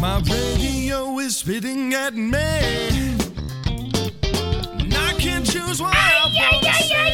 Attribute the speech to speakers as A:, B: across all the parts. A: My radio is spitting at me. And I can choose what I want to say.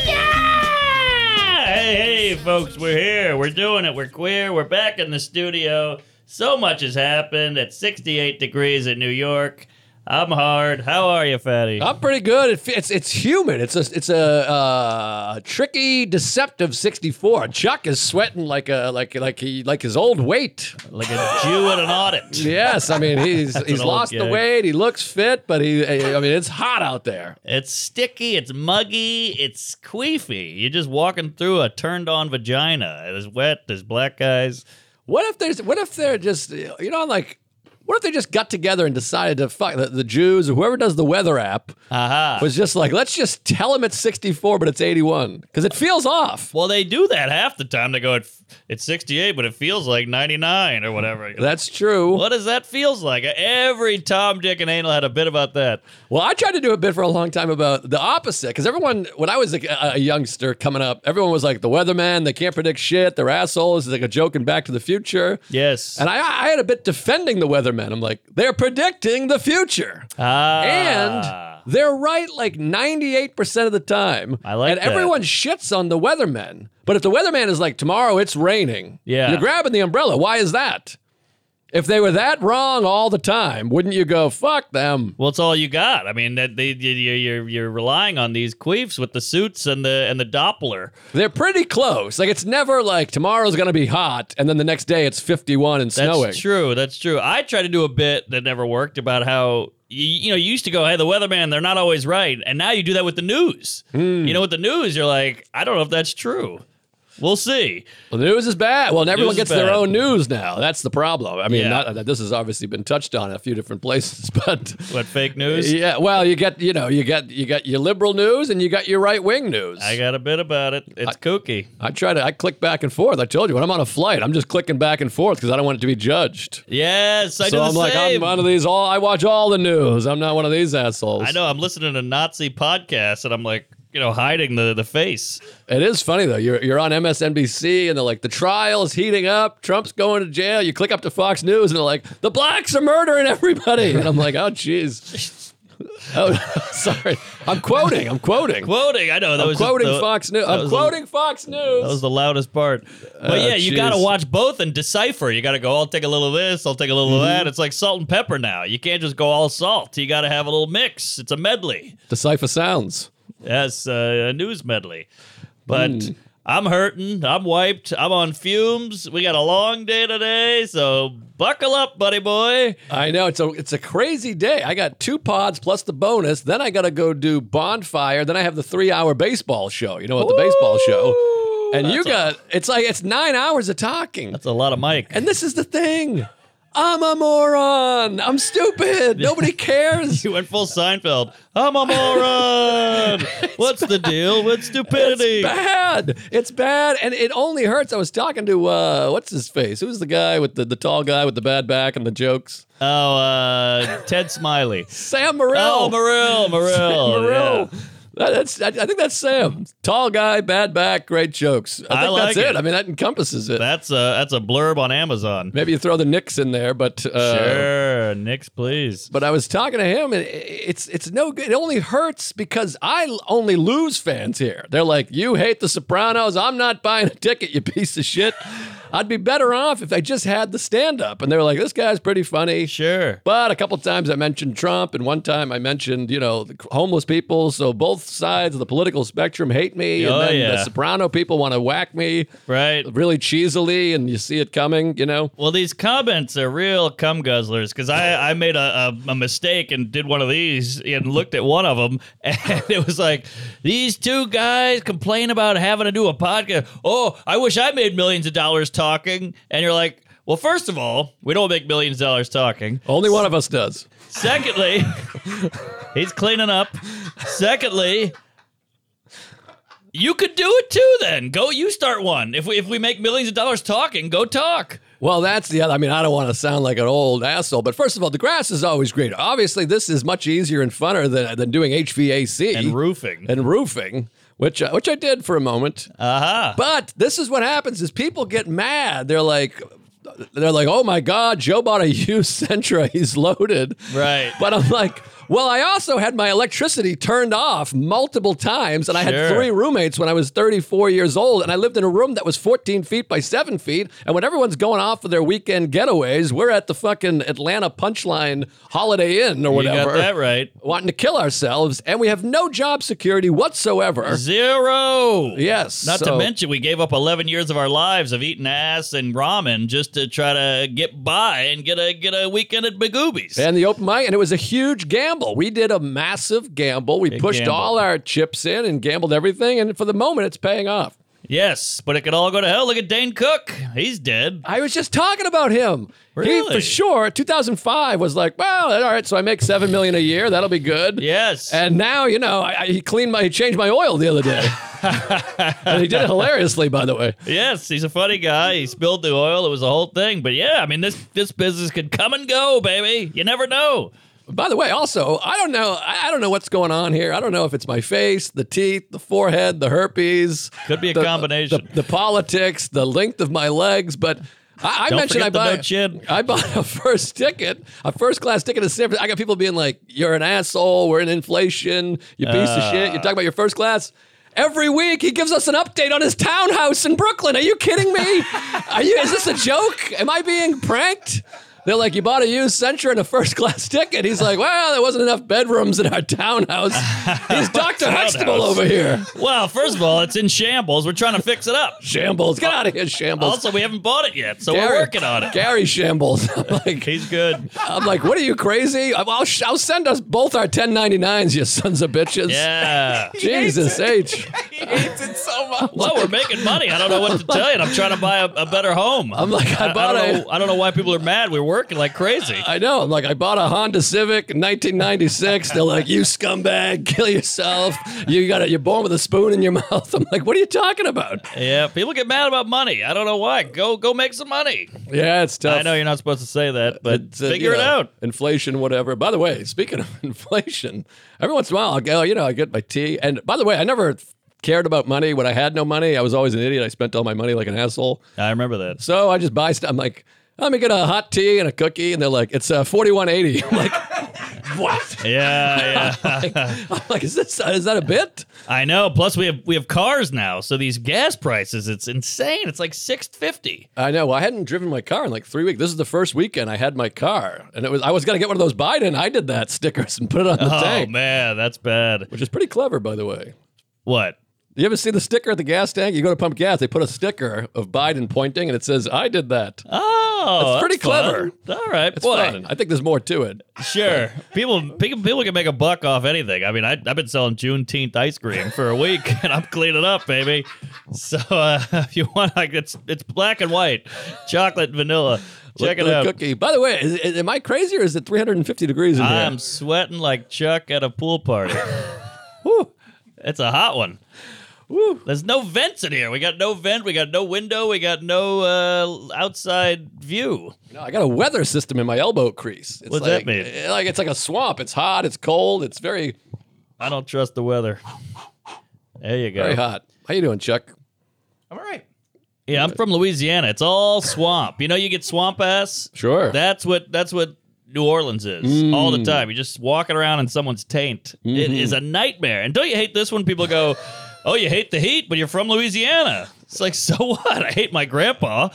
B: Hey, hey, folks, we're here. We're doing it. We're queer. We're back in the studio. So much has happened. It's 68 degrees in New York. I'm hard. How are you, Fatty?
C: I'm pretty good. It, fe- it's it's humid. It's a it's a uh, tricky, deceptive 64. Chuck is sweating like a like like he like his old weight.
B: Like a Jew at an audit.
C: Yes, I mean he's he's
B: old
C: lost the
B: gag.
C: weight. He looks fit, but he I mean it's hot out there.
B: It's sticky, it's muggy, it's queefy. You're just walking through a turned on vagina. It is wet, there's black guys.
C: What if there's what if they're just you know like what if they just got together and decided to fuck the, the Jews or whoever does the weather app
B: Aha.
C: was just like let's just tell him it's 64 but it's 81 because it feels off.
B: Well, they do that half the time. They go, "It- it's 68, but it feels like 99 or whatever.
C: That's true.
B: What does that feels like? Every Tom, Dick, and Anal had a bit about that.
C: Well, I tried to do a bit for a long time about the opposite because everyone, when I was a, a youngster coming up, everyone was like the weatherman. They can't predict shit. They're assholes. It's like a joke in Back to the Future.
B: Yes.
C: And I, I had a bit defending the weathermen. I'm like, they're predicting the future,
B: Ah.
C: and they're right like 98 percent of the time.
B: I like
C: And
B: that.
C: everyone shits on the weathermen, but if the weatherman is like, tomorrow it's raining,
B: Yeah.
C: you're grabbing the umbrella. Why is that? If they were that wrong all the time, wouldn't you go fuck them?
B: Well, it's all you got. I mean, that they, you- you- you're you're relying on these queefs with the suits and the and the Doppler.
C: They're pretty close. Like it's never like tomorrow's gonna be hot and then the next day it's 51 and
B: That's
C: snowing.
B: true. That's true. I tried to do a bit that never worked about how you, you know you used to go, "Hey, the weatherman, they're not always right," and now you do that with the news.
C: Hmm.
B: You know, with the news, you're like, "I don't know if that's true. We'll see."
C: The news is bad. Well, and everyone
B: is
C: gets their
B: bad.
C: own news now. That's the problem. I mean,
B: Yeah.
C: not that this has obviously been touched on in a few different places, but
B: What fake news?
C: yeah. Well, you get you know you got you got your liberal news and you got your right wing news.
B: I got a bit about it. It's kooky.
C: I try to I click back and forth. I told you when I'm on a flight, I'm just clicking back and forth because I don't want it to be judged.
B: Yes, I do
C: so
B: the
C: I'm like I'm
B: same.
C: one of these all. I watch all the news. I'm not one of these assholes.
B: I know. I'm listening to Nazi podcasts, and I'm like, you know, hiding the the face.
C: It is funny though. You're you're on MSNBC and they're like the trial is heating up. Trump's going to jail. You click up to Fox News and they're like the blacks are murdering everybody. And I'm like, oh jeez. Oh, sorry. I'm quoting. I'm quoting.
B: Quoting. I know. That
C: I'm
B: was the-
C: quoting
B: the-
C: Fox News. I'm
B: was the-
C: quoting Fox News.
B: That was the loudest part. But
C: Oh,
B: yeah, you got to
C: jeez.
B: watch both and decipher. You got to go, I'll take a little of this, I'll take a little of
C: Mm-hmm.
B: that. It's like salt and pepper now. You can't just go all salt. You got to have a little mix. It's a medley.
C: Decipher sounds.
B: Yes, uh, a news medley. But
C: Mm.
B: I'm hurting. I'm wiped. I'm on fumes. We got a long day today. So buckle up, buddy boy.
C: I know it's a it's a crazy day. I got two pods plus the bonus. Then I got to go do bonfire. Then I have the three hour baseball show. You know what the baseball show. And you got it's like it's nine hours of talking.
B: It's a lot of mic.
C: And this is the thing. I'm a moron. I'm stupid. Nobody cares.
B: you went full Seinfeld. I'm a moron. What's the deal with stupidity?
C: Bad. It's bad, and it only hurts. I was talking to uh, what's his face? Who's the guy with the, the tall guy with the bad back and the jokes?
B: Oh, uh, Ted Smiley.
C: Sam Morril.
B: Oh, Marill, Marill.
C: Morril.
B: Oh, yeah.
C: That- that's. I, I think that's Sam. Tall guy, bad back, great jokes. I think
B: I like
C: that's it.
B: it.
C: I mean, that encompasses it.
B: That's a that's a blurb on Amazon.
C: Maybe you throw the Knicks in there, but uh,
B: sure, Nix, please.
C: But I was talking to him, and i- it's it's no good. It only hurts because I l- only lose fans here. They're like, "You hate the Sopranos. I'm not buying a ticket. You piece of shit." I'd be better off if I just had the stand up. And they were like, "This guy's pretty funny."
B: Sure.
C: But a couple times I mentioned Trump, and one time I mentioned, you know, the homeless people. So both sides of the political spectrum hate me,
B: Oh,
C: and then
B: yeah.
C: the Soprano people want to whack me
B: Right.
C: really cheesily, and you see it coming. You know,
B: Well, these comments are real cum guzzlers because I, I made a, a, a mistake and did one of these and looked at one of them and it was like, these two guys complain about having to do a podcast. Oh, I wish I made millions of dollars talking. And you're like, Well, first of all, we don't make millions of dollars talking.
C: Only one of us does.
B: Secondly, he's cleaning up. Secondly, you could do it too. Then go. You start one. If we if we make millions of dollars talking, go talk.
C: Well, that's the other. I mean, I don't want to sound like an old asshole, but first of all, the grass is always greener. Obviously, this is much easier and funner than, than doing HVAC
B: And roofing.
C: and roofing, which I, which I did for a moment.
B: Uh huh.
C: But this is what happens: is people get mad. They're like. They're like, oh my God, Joe bought a used Sentra. He's loaded.
B: Right.
C: But I'm like, well, I also had my electricity turned off multiple times, and I
B: Sure.
C: had three roommates when I was 34 years old, and I lived in a room that was 14 feet by seven feet. And when everyone's going off for their weekend getaways, we're at the fucking Atlanta Punchline Holiday Inn or
B: You
C: whatever,
B: got that right.
C: wanting to kill ourselves, and we have no job security whatsoever.
B: Zero.
C: Yes.
B: Not to
C: so-
B: mention, we gave up 11 years of our lives of eating ass and ramen just to try to get by and get a get a weekend at Bagoobies.
C: And the open mic, and it was a huge gamble. We did a massive gamble. We pushed
B: gamble.
C: all our chips in and gambled everything, and for the moment, it's paying off.
B: yes, but it could all go to hell. Look at Dane Cook. He's dead.
C: I was just talking about him. He,
B: Really?
C: for sure, 2005 was like, well, all right, so I make seven million a year. That'll be good.
B: Yes.
C: And now, you know, I, I, he cleaned my, he changed my oil the other day. and he did it hilariously, by the way.
B: yes, he's a funny guy. He spilled the oil. It was a whole thing. But yeah, I mean, this this business could come and go, baby. You never know.
C: By the way, also, I don't know, I, I don't know what's going on here. I don't know if it's my face, the teeth, the forehead, the herpes.
B: Could be a
C: the- uh,
B: combination.
C: The, the politics, the length of my legs, but. I, I
B: Don't
C: mentioned I
B: forget the
C: bought
B: no chin.
C: I bought a first ticket, a first class ticket to San Francisco. I got people being like, "You're an asshole. We're in inflation. You piece of shit. You're
B: Uh.
C: talking about your first class." Every week he gives us an update on his townhouse in Brooklyn. Are you kidding me? Are you? Is this a joke? Am I being pranked? They're like, you bought a used Sentra and a first class ticket. He's like, well, there wasn't enough bedrooms in our townhouse. He's Dr. Huxtable over here.
B: Well, first of all, it's in shambles. We're trying to fix it up.
C: Shambles. Get out of here, Shambles.
B: Also, we haven't bought it yet, so we're working on it.
C: Gary Shambles. I'm like,
B: He's good.
C: I'm like, what are you crazy? I'll, I'll I'll send us both our 1099s, you sons of bitches.
B: Yeah.
C: Jesus H.
D: He hates it so much.
B: Well, we're making money. I don't know what to tell you. And I'm trying to buy a, a better home. I'm
C: like, I bought
B: I
C: a-
B: don't, know, I don't know why people are mad. We're working like crazy.
C: I know. I'm like, I bought a Honda Civic in 1996. They're like, you scumbag, kill yourself. You got it. You're born with a spoon in your mouth. I'm like, what are you talking about?
B: yeah, people get mad about money. I don't know why. Go, go make some money.
C: Yeah, it's tough.
B: I know you're not supposed to say that, but
C: It's, uh,
B: figure
C: you
B: it
C: know,
B: out.
C: Inflation, whatever. By the way, speaking of inflation, every once in a while I go, you know, I get my tea. And by the way, I never cared about money when I had no money. I was always an idiot. I spent all my money like an asshole.
B: I remember that.
C: So I just buy stuff. I'm like, let me get a hot tea and a cookie. And they're like, it's uh, 4180. I'm like, what?
B: Yeah, yeah.
C: I'm like, is this is that a bit?
B: I know. Plus, we have we have cars now, so these gas prices, it's insane. It's like six fifty.
C: I know. Well, I hadn't driven my car in like three weeks. This is the first weekend I had my car, and it was I was gonna get one of those Biden. I did that stickers and put it on the
B: Oh
C: tank,
B: man, that's bad.
C: which is pretty clever, by the way.
B: What?
C: You ever see the sticker at the gas tank? You go to pump gas, they put a sticker of Biden pointing, and it says, "I did that."
B: Oh,
C: That's pretty
B: fun.
C: clever.
B: All right,
C: It's
B: boy.
C: fun. I think there's more to it.
B: Sure, people people people can make a buck off anything. I mean, I, I've been selling Juneteenth ice cream for a week, and I'm cleaning up, baby. So uh, if you want, like it's it's black and white, chocolate vanilla.
C: Look
B: Check
C: at
B: it
C: the
B: out.
C: Cookie. By the way, is, is- am I crazy or is it 350 degrees in
B: I'm
C: here?
B: sweating like Chuck at a pool party. Whew. It's a hot one. There's no vents in here. We got no vent. We got no window. We got no uh, outside view.
C: No, I got a weather system in my elbow crease. It's
B: What's
C: like, eh,
B: that mean?
C: Like it's like a swamp. It's hot. It's cold. It's very
B: I don't trust the weather. There you go.
C: very hot. How you doing, Chuck?
D: I'm all right.
B: Yeah, I'm from Louisiana. It's all swamp. You know, you get swamp ass.
C: Sure. Mm.
B: That's what that's what New Orleans is all the time. You're just walking around in someone's taint. It is a
C: Mm-hmm.
B: nightmare. And don't you hate this when people go, "Oh, you hate the heat, but you're from Louisiana." It's like, so what? I hate my grandpa.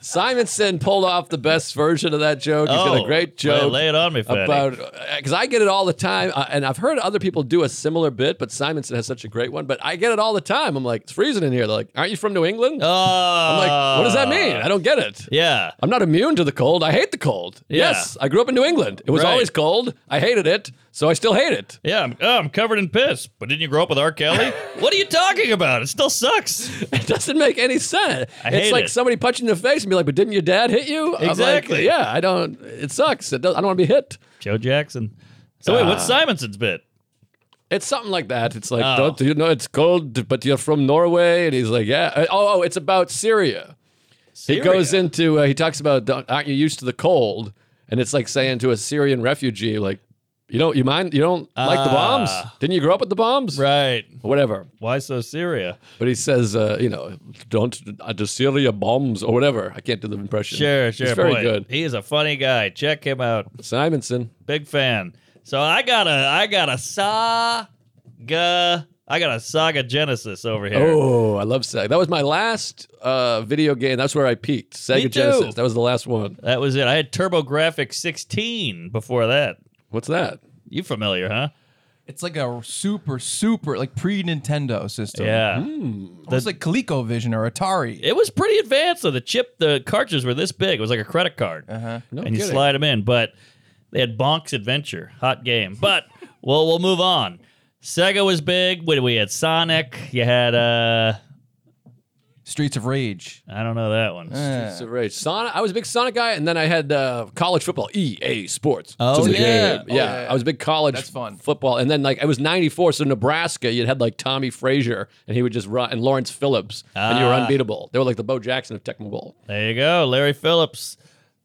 C: Simonson pulled off the best version of that joke. He's
B: Oh,
C: got a great
B: lay-
C: joke.
B: Lay, it on me, fatty.
C: about because I get it all the time, uh, and I've heard other people do a similar bit, but Simonson has such a great one. But I get it all the time. I'm like, it's freezing in here. They're like, aren't you from New England?
B: Oh,
C: I'm like, what does that mean? I don't get it.
B: Yeah.
C: I'm not immune to the cold. I hate the cold.
B: Yeah.
C: Yes, I grew up in New England. It was
B: Right.
C: always cold. I hated it, so I still hate it.
B: Yeah, I'm, oh, I'm covered in piss. But didn't you grow up with R. Kelly? what are you talking about? It still sucks.
C: It doesn't make any sense.
B: I
C: it's
B: hate
C: like
B: it.
C: somebody punching you in the face and and be like, "But didn't your dad hit you?" I'm like,
B: Exactly.
C: yeah, I don't. It sucks. It does, I don't want to be hit.
B: Joe Jackson. So wait, what's
C: Ah.
B: Simonson's bit?
C: It's something like that. It's like,
B: Oh.
C: don't you know it's cold, but you're from Norway? And he's like, yeah. Uh, Oh, oh it's about Syria. He goes
B: Syria.
C: into, uh, he talks about, "Don't- aren't you used to the cold? And it's like saying to a Syrian refugee, like, you don't, you mind, you don't like the bombs?
B: Ah.
C: Didn't you grow up with the bombs?
B: right.
C: Or whatever.
B: Why so Syria?
C: But he says, uh, you know, don't, uh, the Syria bombs or whatever. I can't do the impression.
B: Sure, sure.
C: He's very
B: boy.
C: good.
B: He is a funny guy. Check him out.
C: Simonson.
B: Big fan. So I got a I got a saga. I got a saga Genesis over here.
C: Oh, I love Sega. That was my last uh, video game. That's where I peaked. Sega
B: too.
C: Genesis. That was the last one.
B: That was it. I had TurboGrafx 16 before that.
C: What's that?
B: You familiar, huh?
D: It's like a super, super, like pre Nintendo system.
B: Yeah.
C: Hmm.
D: It's like ColecoVision or Atari.
B: It was pretty advanced though. The chip, the cartridges were this big. It was like a credit card.
D: Uh-huh.
C: No
B: and you
C: kidding.
B: slide them in. But they had Bonk's Adventure, hot game. But well, we'll move on. Sega was big. What we had Sonic. You had uh,
D: Streets of Rage.
B: I don't know that one.
D: Eh.
C: Streets of Rage. Sonic. I was a big Sonic guy, and then I had uh, college football. EA Sports.
B: Oh,
C: It's a
B: yeah.
C: game.
D: Oh,
C: yeah.
D: yeah.
C: I was a big college
D: That's fun.
C: football, and then like I was '94, so Nebraska. You had like Tommy Frazier, and he would just run, and Lawrence Phillips, and you were
B: Ah.
C: unbeatable. They were like the Bo Jackson of Tecmo Bowl.
B: There you go, Larry Phillips.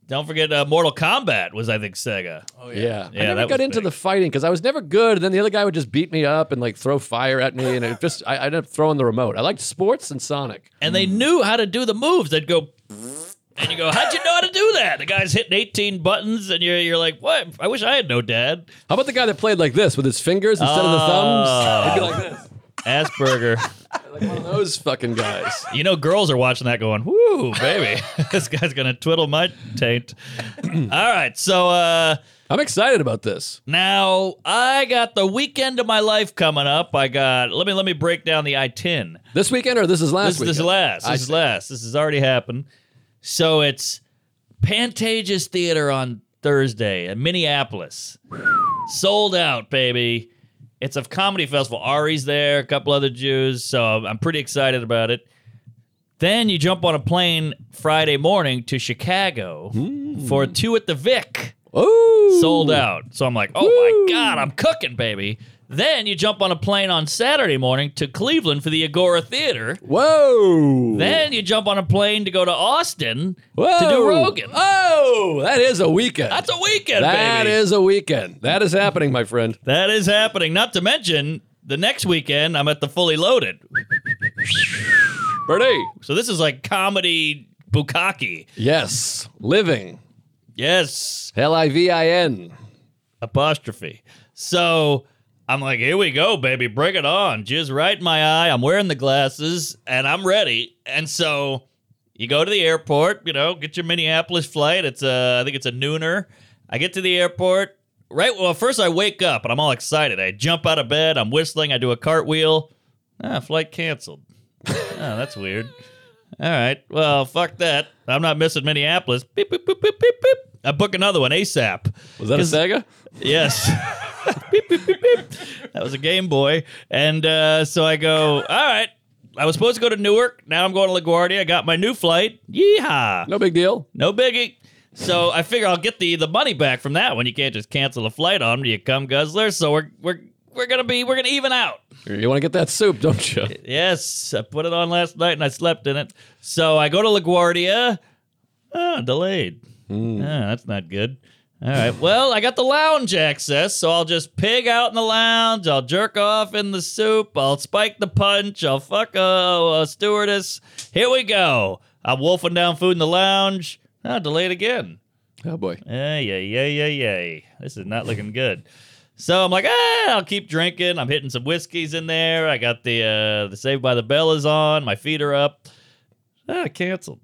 B: Don't forget, uh, Mortal Kombat was I think Sega.
C: Oh, yeah.
B: Yeah,
C: I never
B: that
C: got
B: was
C: into
B: big.
C: the fighting because I was never good. And then the other guy would just beat me up and like throw fire at me, and it just I, I ended up throwing the remote. I liked sports and Sonic.
B: and they knew how to do the moves. They'd go, and you go, how'd you know how to do that? The guy's hitting 18 buttons, and you're you're like, what? I wish I had no dad.
C: How about the guy that played like this with his fingers instead of the thumbs? He'd be like this,
B: Asperger.
C: like one of those fucking guys.
B: you know, girls are watching that going, whoo, baby, this guy's gonna twiddle my taint. All right, so uh,
C: I'm excited about this.
B: now I got the weekend of my life coming up. I got let me let me break down the I ten.
C: This weekend or this is last
B: This,
C: weekend?
B: this is last. This
C: I
B: is
C: see.
B: last. This has already happened. So it's Pantages Theater on Thursday in Minneapolis. Sold out, baby. It's a comedy festival. Ari's there, a couple other Jews. So I'm- I'm pretty excited about it. Then you jump on a plane Friday morning to Chicago for a two at the Vic
C: Ooh.
B: sold out. So I'm like, oh my God, I'm cooking, baby. Then you jump on a plane on Saturday morning to Cleveland for the Agora Theater.
C: Whoa.
B: Then you jump on a plane to go to Austin
C: Whoa.
B: to do Rogan.
C: Oh, that is a weekend.
B: That's a weekend,
C: That
B: baby.
C: is a weekend. That is happening, my friend.
B: that is happening. Not to mention the next weekend, I'm at the Fully Loaded.
C: Bernie.
B: So this is like comedy bukkake.
C: Yes. Living.
B: Yes,
C: L I V I N.
B: apostrophe. So I'm like, here we go, baby, bring it on. Jizz right in my eye. I'm wearing the glasses and I'm ready. And so you go to the airport, you know, get your Minneapolis flight. It's a, I think it's a nooner. I get to the airport. Right. Well, first I wake up and I'm all excited. I jump out of bed. I'm whistling. I do a cartwheel. Ah, flight canceled. oh, that's weird. All right. Well, fuck that. I'm not missing Minneapolis. Beep, beep, boop, boop, beep, beep. I book another one ASAP.
C: Was that a Sega?
B: Yes. Beep, beep, beep, beep. That was a Game Boy. And uh, so I go, all right, I was supposed to go to Newark. Now I'm going to LaGuardia. I got my new flight. Yeehaw.
C: No big deal.
B: No biggie. So I figure I'll get the the money back from that one. You can't just cancel a flight on me. You come guzzler. So we're we're we're gonna be we're gonna even out.
C: You want to get that soup, don't you?
B: Yes, I put it on last night and I slept in it. So I go to LaGuardia. Ah, delayed. Ah, that's not good. All right. Well, I got the lounge access, so I'll just pig out in the lounge. I'll jerk off in the soup. I'll spike the punch. I'll fuck a, a stewardess. Here we go. I'm wolfing down food in the lounge. Ah, delayed again.
C: Oh, boy.
B: Yeah, yeah, yeah, yeah, yeah. This is not looking good. So I'm like, ah, I'll keep drinking. I'm hitting some whiskeys in there. I got the uh, the Saved by the Bell is on. My feet are up. Ah, canceled.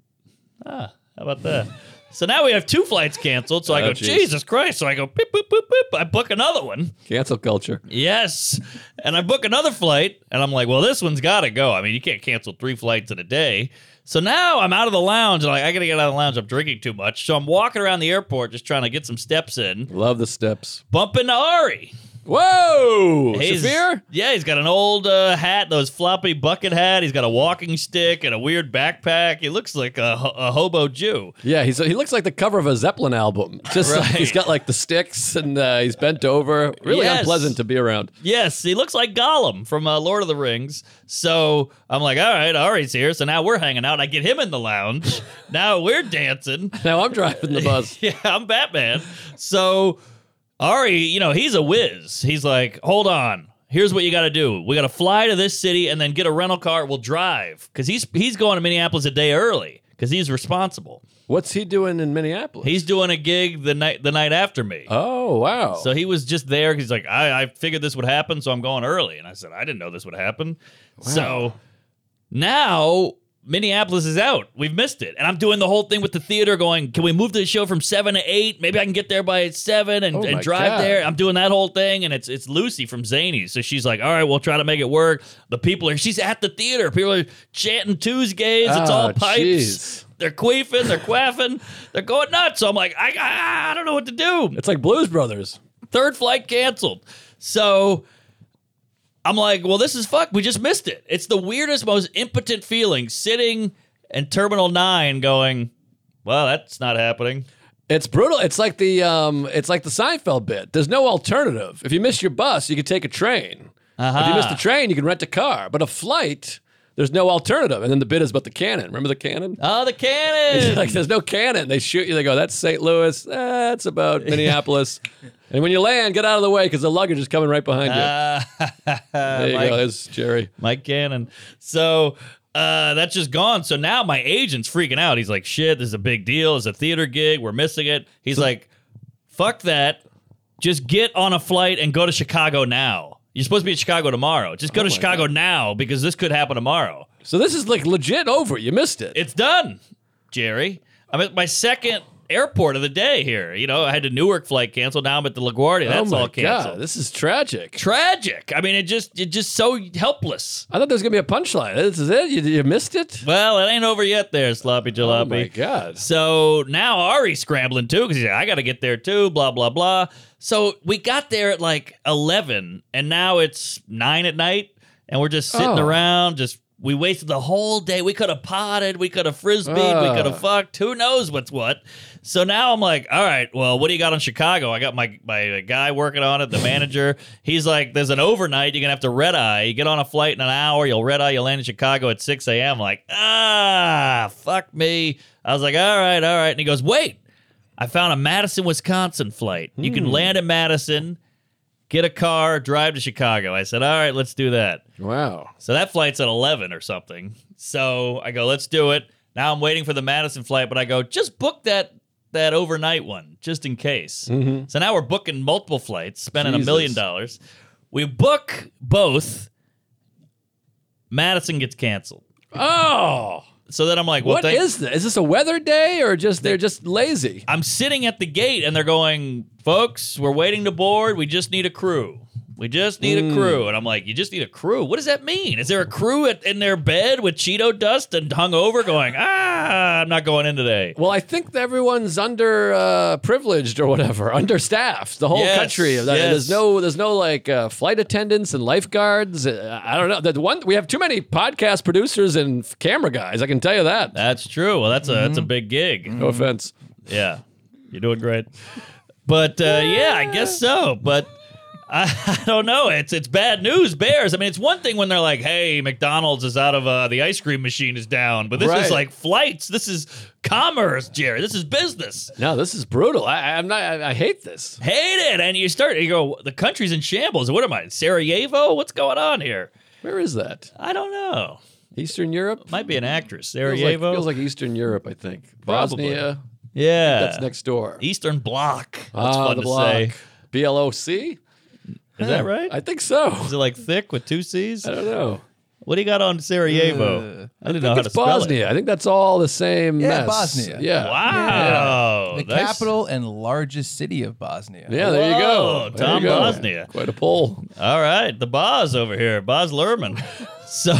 B: Ah, how about that? so now we have two flights canceled. So I
C: Oh,
B: go,
C: geez.
B: Jesus Christ. So I go, beep, boop, boop, boop. I book another one.
C: Cancel culture.
B: Yes. And I book another flight, and I'm like, well, this one's got to go. I mean, you can't cancel three flights in a day. So now I'm out of the lounge, and like, I got to get out of the lounge. I'm drinking too much. So I'm walking around the airport just trying to get some steps in,
C: Love the steps.
B: bumping into Ari.
C: Whoa,
B: He's-
C: Severe.
B: Yeah, he's got an old uh, hat, those floppy bucket hat. He's got a walking stick and a weird backpack. He looks like a, ho- a hobo Jew.
C: Yeah, he's he looks like the cover of a Zeppelin album. Just like
B: Right.
C: he's got like the sticks and uh, he's bent over. Really
B: Yes.
C: unpleasant to be around.
B: Yes, he looks like Gollum from uh, Lord of the Rings. So I'm like, all right, Ari's here. So now we're hanging out. I get him in the lounge. now we're dancing.
C: Now I'm driving the bus.
B: yeah, I'm Batman. So Ari, you know, he's a whiz. He's like, hold on. Here's what you got to do. We got to fly to this city and then get a rental car. We'll drive because he's he's going to Minneapolis a day early because he's responsible.
C: What's he doing in Minneapolis?
B: He's doing a gig the night the night after me.
C: oh wow.
B: So he was just there. 'cause He's like, I, I figured this would happen, so I'm going early. And I said, I didn't know this would happen. So now Minneapolis is out. We've missed it. And I'm doing the whole thing with the theater going, can we move the show from seven to eight? Maybe I can get there by seven and,
C: Oh
B: and
C: my
B: drive
C: God.
B: there. I'm doing that whole thing. And it's it's Lucy from Zany. So she's like, all right, we'll try to make it work. The people are, she's at the theater. People are chanting Tuesdays. it's all
C: Oh,
B: pipes.
C: jeez.
B: They're queefing, they're quaffing, they're going nuts. So I'm like, I, I, I don't know what to do
C: it's like Blues Brothers.
B: third flight canceled. So I'm like, well, this is fuck. We just missed it. It's the weirdest, most impotent feeling sitting in Terminal 9 going, well, that's not happening.
C: It's brutal. It's like the um, it's like the Seinfeld bit. There's no alternative. If you miss your bus, you can take a train. If you miss
B: Uh-huh.
C: the train, you can rent a car. But a flight, there's no alternative. And then the bit is about the cannon. Remember the cannon?
B: Oh, the cannon.
C: It's like there's no cannon. They shoot you. They go, that's St. Louis. That's about Minneapolis. and when you land, get out of the way because the luggage is coming right behind you. there you
B: Uh, Mike.
C: go. There's Jerry.
B: Mike Cannon. So uh, that's just gone. So now my agent's freaking out. He's like, shit, this is a big deal. It's a theater gig. We're missing it. He's like, fuck that. Just get on a flight and go to Chicago now. You're supposed to be in Chicago tomorrow. Just
C: Oh
B: go to Chicago now because this could happen tomorrow.
C: So this is like legit over. You missed it.
B: It's done, Jerry. I'm at my second airport of the day here. You know, I had the Newark flight canceled. Now I'm at the LaGuardia.
C: oh
B: That's
C: my
B: all canceled.
C: God. This is tragic.
B: Tragic. I mean, it just it just so helpless.
C: I thought there was going to be a punchline. This is it? You, you missed it?
B: Well, it ain't over yet there, Sloppy Jalopy.
C: Oh my God.
B: So now Ari's scrambling too because he's like, I got to get there too, blah, blah, blah. So we got there at like 11 and now it's 9 at night and we're just sitting
C: Oh.
B: around, just we wasted the whole day. We could have potted, we could have frisbeed, we could
C: Ah.
B: have fucked. Who knows what's what? So now I'm like, all right, well, what do you got on Chicago? I got my my guy working on it, the manager. He's like, there's an overnight. You're gonna have to red eye. You get on a flight in an hour. You'll red eye. You'll land in Chicago at 6 a.m. Like, ah, fuck me. I was like, all right, all right. And he goes, wait, I found a Madison, Wisconsin flight. You can land in Madison, get a car, drive to Chicago. I said, all right, let's do that.
C: Wow.
B: So that flight's at 11 or something. So I go, let's do it. Now I'm waiting for the Madison flight, but I go, just book that that overnight one just in case. So now we're booking multiple flights, spending a
C: Mm-hmm. Jesus.
B: million dollars. We book both. Madison gets canceled.
C: Oh.
B: So then I'm like, well,
C: What
B: thank-
C: is this? Is this a weather day or just they're just lazy?
B: I'm sitting at the gate and they're going, folks, we're waiting to board. We just need a crew. We just need a crew. And I'm like, you just need a crew? What does that mean? Is there a crew at, in their bed with Cheeto dust and hung over going, ah, I'm not going in today?
C: Well, I think that everyone's under uh, privileged or whatever, understaffed. The whole
B: Yes,
C: country. That-
B: yes.
C: There's no, there's no like uh, flight attendants and lifeguards. Uh, I don't know. That one, we have too many podcast producers and f- camera guys. I can tell you that.
B: That's true. Well, that's a that's a big gig.
C: no offense.
B: Yeah, you're doing great. But uh, yeah, I guess so. But I, I don't know. It's it's bad news, Bears. I mean, it's one thing when they're like, "Hey, McDonald's is out of uh, the ice cream machine is down," but this
C: Right.
B: is like flights. This is commerce, Jerry. This is business.
C: No, this is brutal. I, I'm not. I, I hate this.
B: Hate it, and you start. You go. The country's in shambles. What am I? Sarajevo? What's going on here?
C: Where is that?
B: I don't know.
C: Eastern Europe.
B: Might be an actress.
C: Feels like,
B: Sarajevo.
C: feels like Eastern Europe. I think
B: Probably.
C: Bosnia.
B: yeah.
C: That's next door.
B: Eastern Bloc. That's
C: Ah,
B: fun
C: the
B: to
C: block.
B: say.
C: BLOC.
B: Is that right?
C: I think so.
B: Is it like thick with two C's?
C: I don't know.
B: What do you got on Sarajevo? I didn't know how
C: Uh, It's
B: to spell it.
C: Bosnia. I think that's all the same
D: Yeah,
C: mess.
D: Bosnia.
C: Yeah.
B: Wow.
D: the
B: that's-
D: capital and largest city of Bosnia.
C: Yeah, there you
B: Whoa,
C: go. There
B: Tom
C: you go.
B: Bosnia.
C: Quite a poll.
B: All right. The Boz over here, Boz Lerman. so,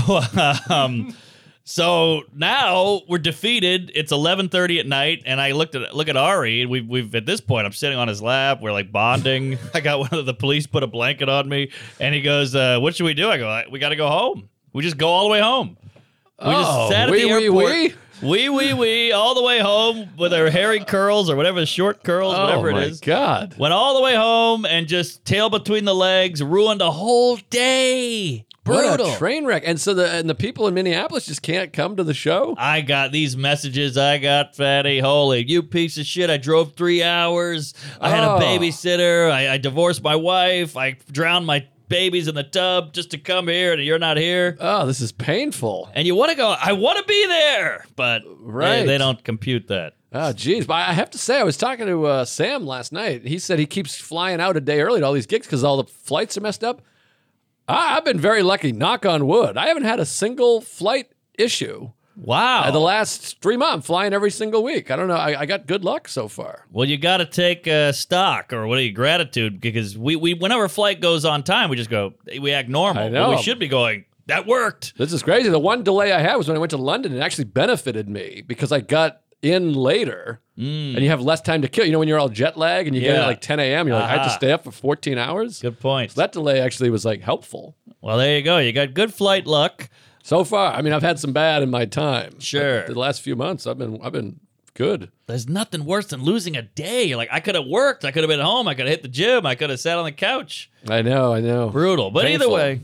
B: um, So now we're defeated. It's eleven thirty at night, and I looked at look at Ari. And we've we've at this point, I'm sitting on his lap. We're like bonding. I got one of the police put a blanket on me, and he goes, uh, "What should we do?" I go, "I- "We got to go home. We just go all the way home. We
C: Oh,
B: just sat at
C: wee,
B: the
C: wee,
B: airport."
C: wee?
B: Wee wee wee, all the way home with our hairy curls or whatever, short curls, whatever
C: oh my
B: it is.
C: God.
B: Went all the way home and just tail between the legs, ruined a whole day. Brutal.
C: What a train wreck. And so the and the people in Minneapolis just can't come to the show.
B: I got these messages. I got fatty. Holy, you piece of shit. I drove three hours. I had
C: Oh.
B: a babysitter. I, I divorced my wife. I drowned my babies in the tub just to come here, and you're not here.
C: Oh, this is painful.
B: And you want to go, I want to be there. But eh, they-
C: Right.
B: they, don't compute that.
C: Oh, geez. But I have to say, I was talking to uh, Sam last night. He said he keeps flying out a day early to all these gigs because all the flights are messed up. I, I've been very lucky, knock on wood. I haven't had a single flight issue.
B: Wow.
C: Uh, the last three months, flying every single week. I don't know. I, I got good luck so far.
B: Well, you got to take uh, stock or what are you gratitude because we, we whenever a flight goes on time, we just go we act normal.
C: I
B: But
C: know.
B: we should be going. That worked.
C: This is crazy. The one delay I had was when I went to London. It actually benefited me because I got in later and you have less time to kill. You know, when you're all jet lag and you get in at
B: Yeah.
C: like 10 a.m., you're like, I have to
B: Aha.
C: stay up for 14 hours.
B: Good point.
C: So that delay actually was like helpful.
B: Well, there you go. You got good flight luck.
C: So far, I mean, I've had some bad in my time. but
B: Sure.
C: the last few months, I've been I've been good.
B: There's nothing worse than losing a day. You're like I could have worked. I could have been home. I could have hit the gym. I could have sat on the couch.
C: I know, I know.
B: Brutal. But
C: Painful.
B: either way,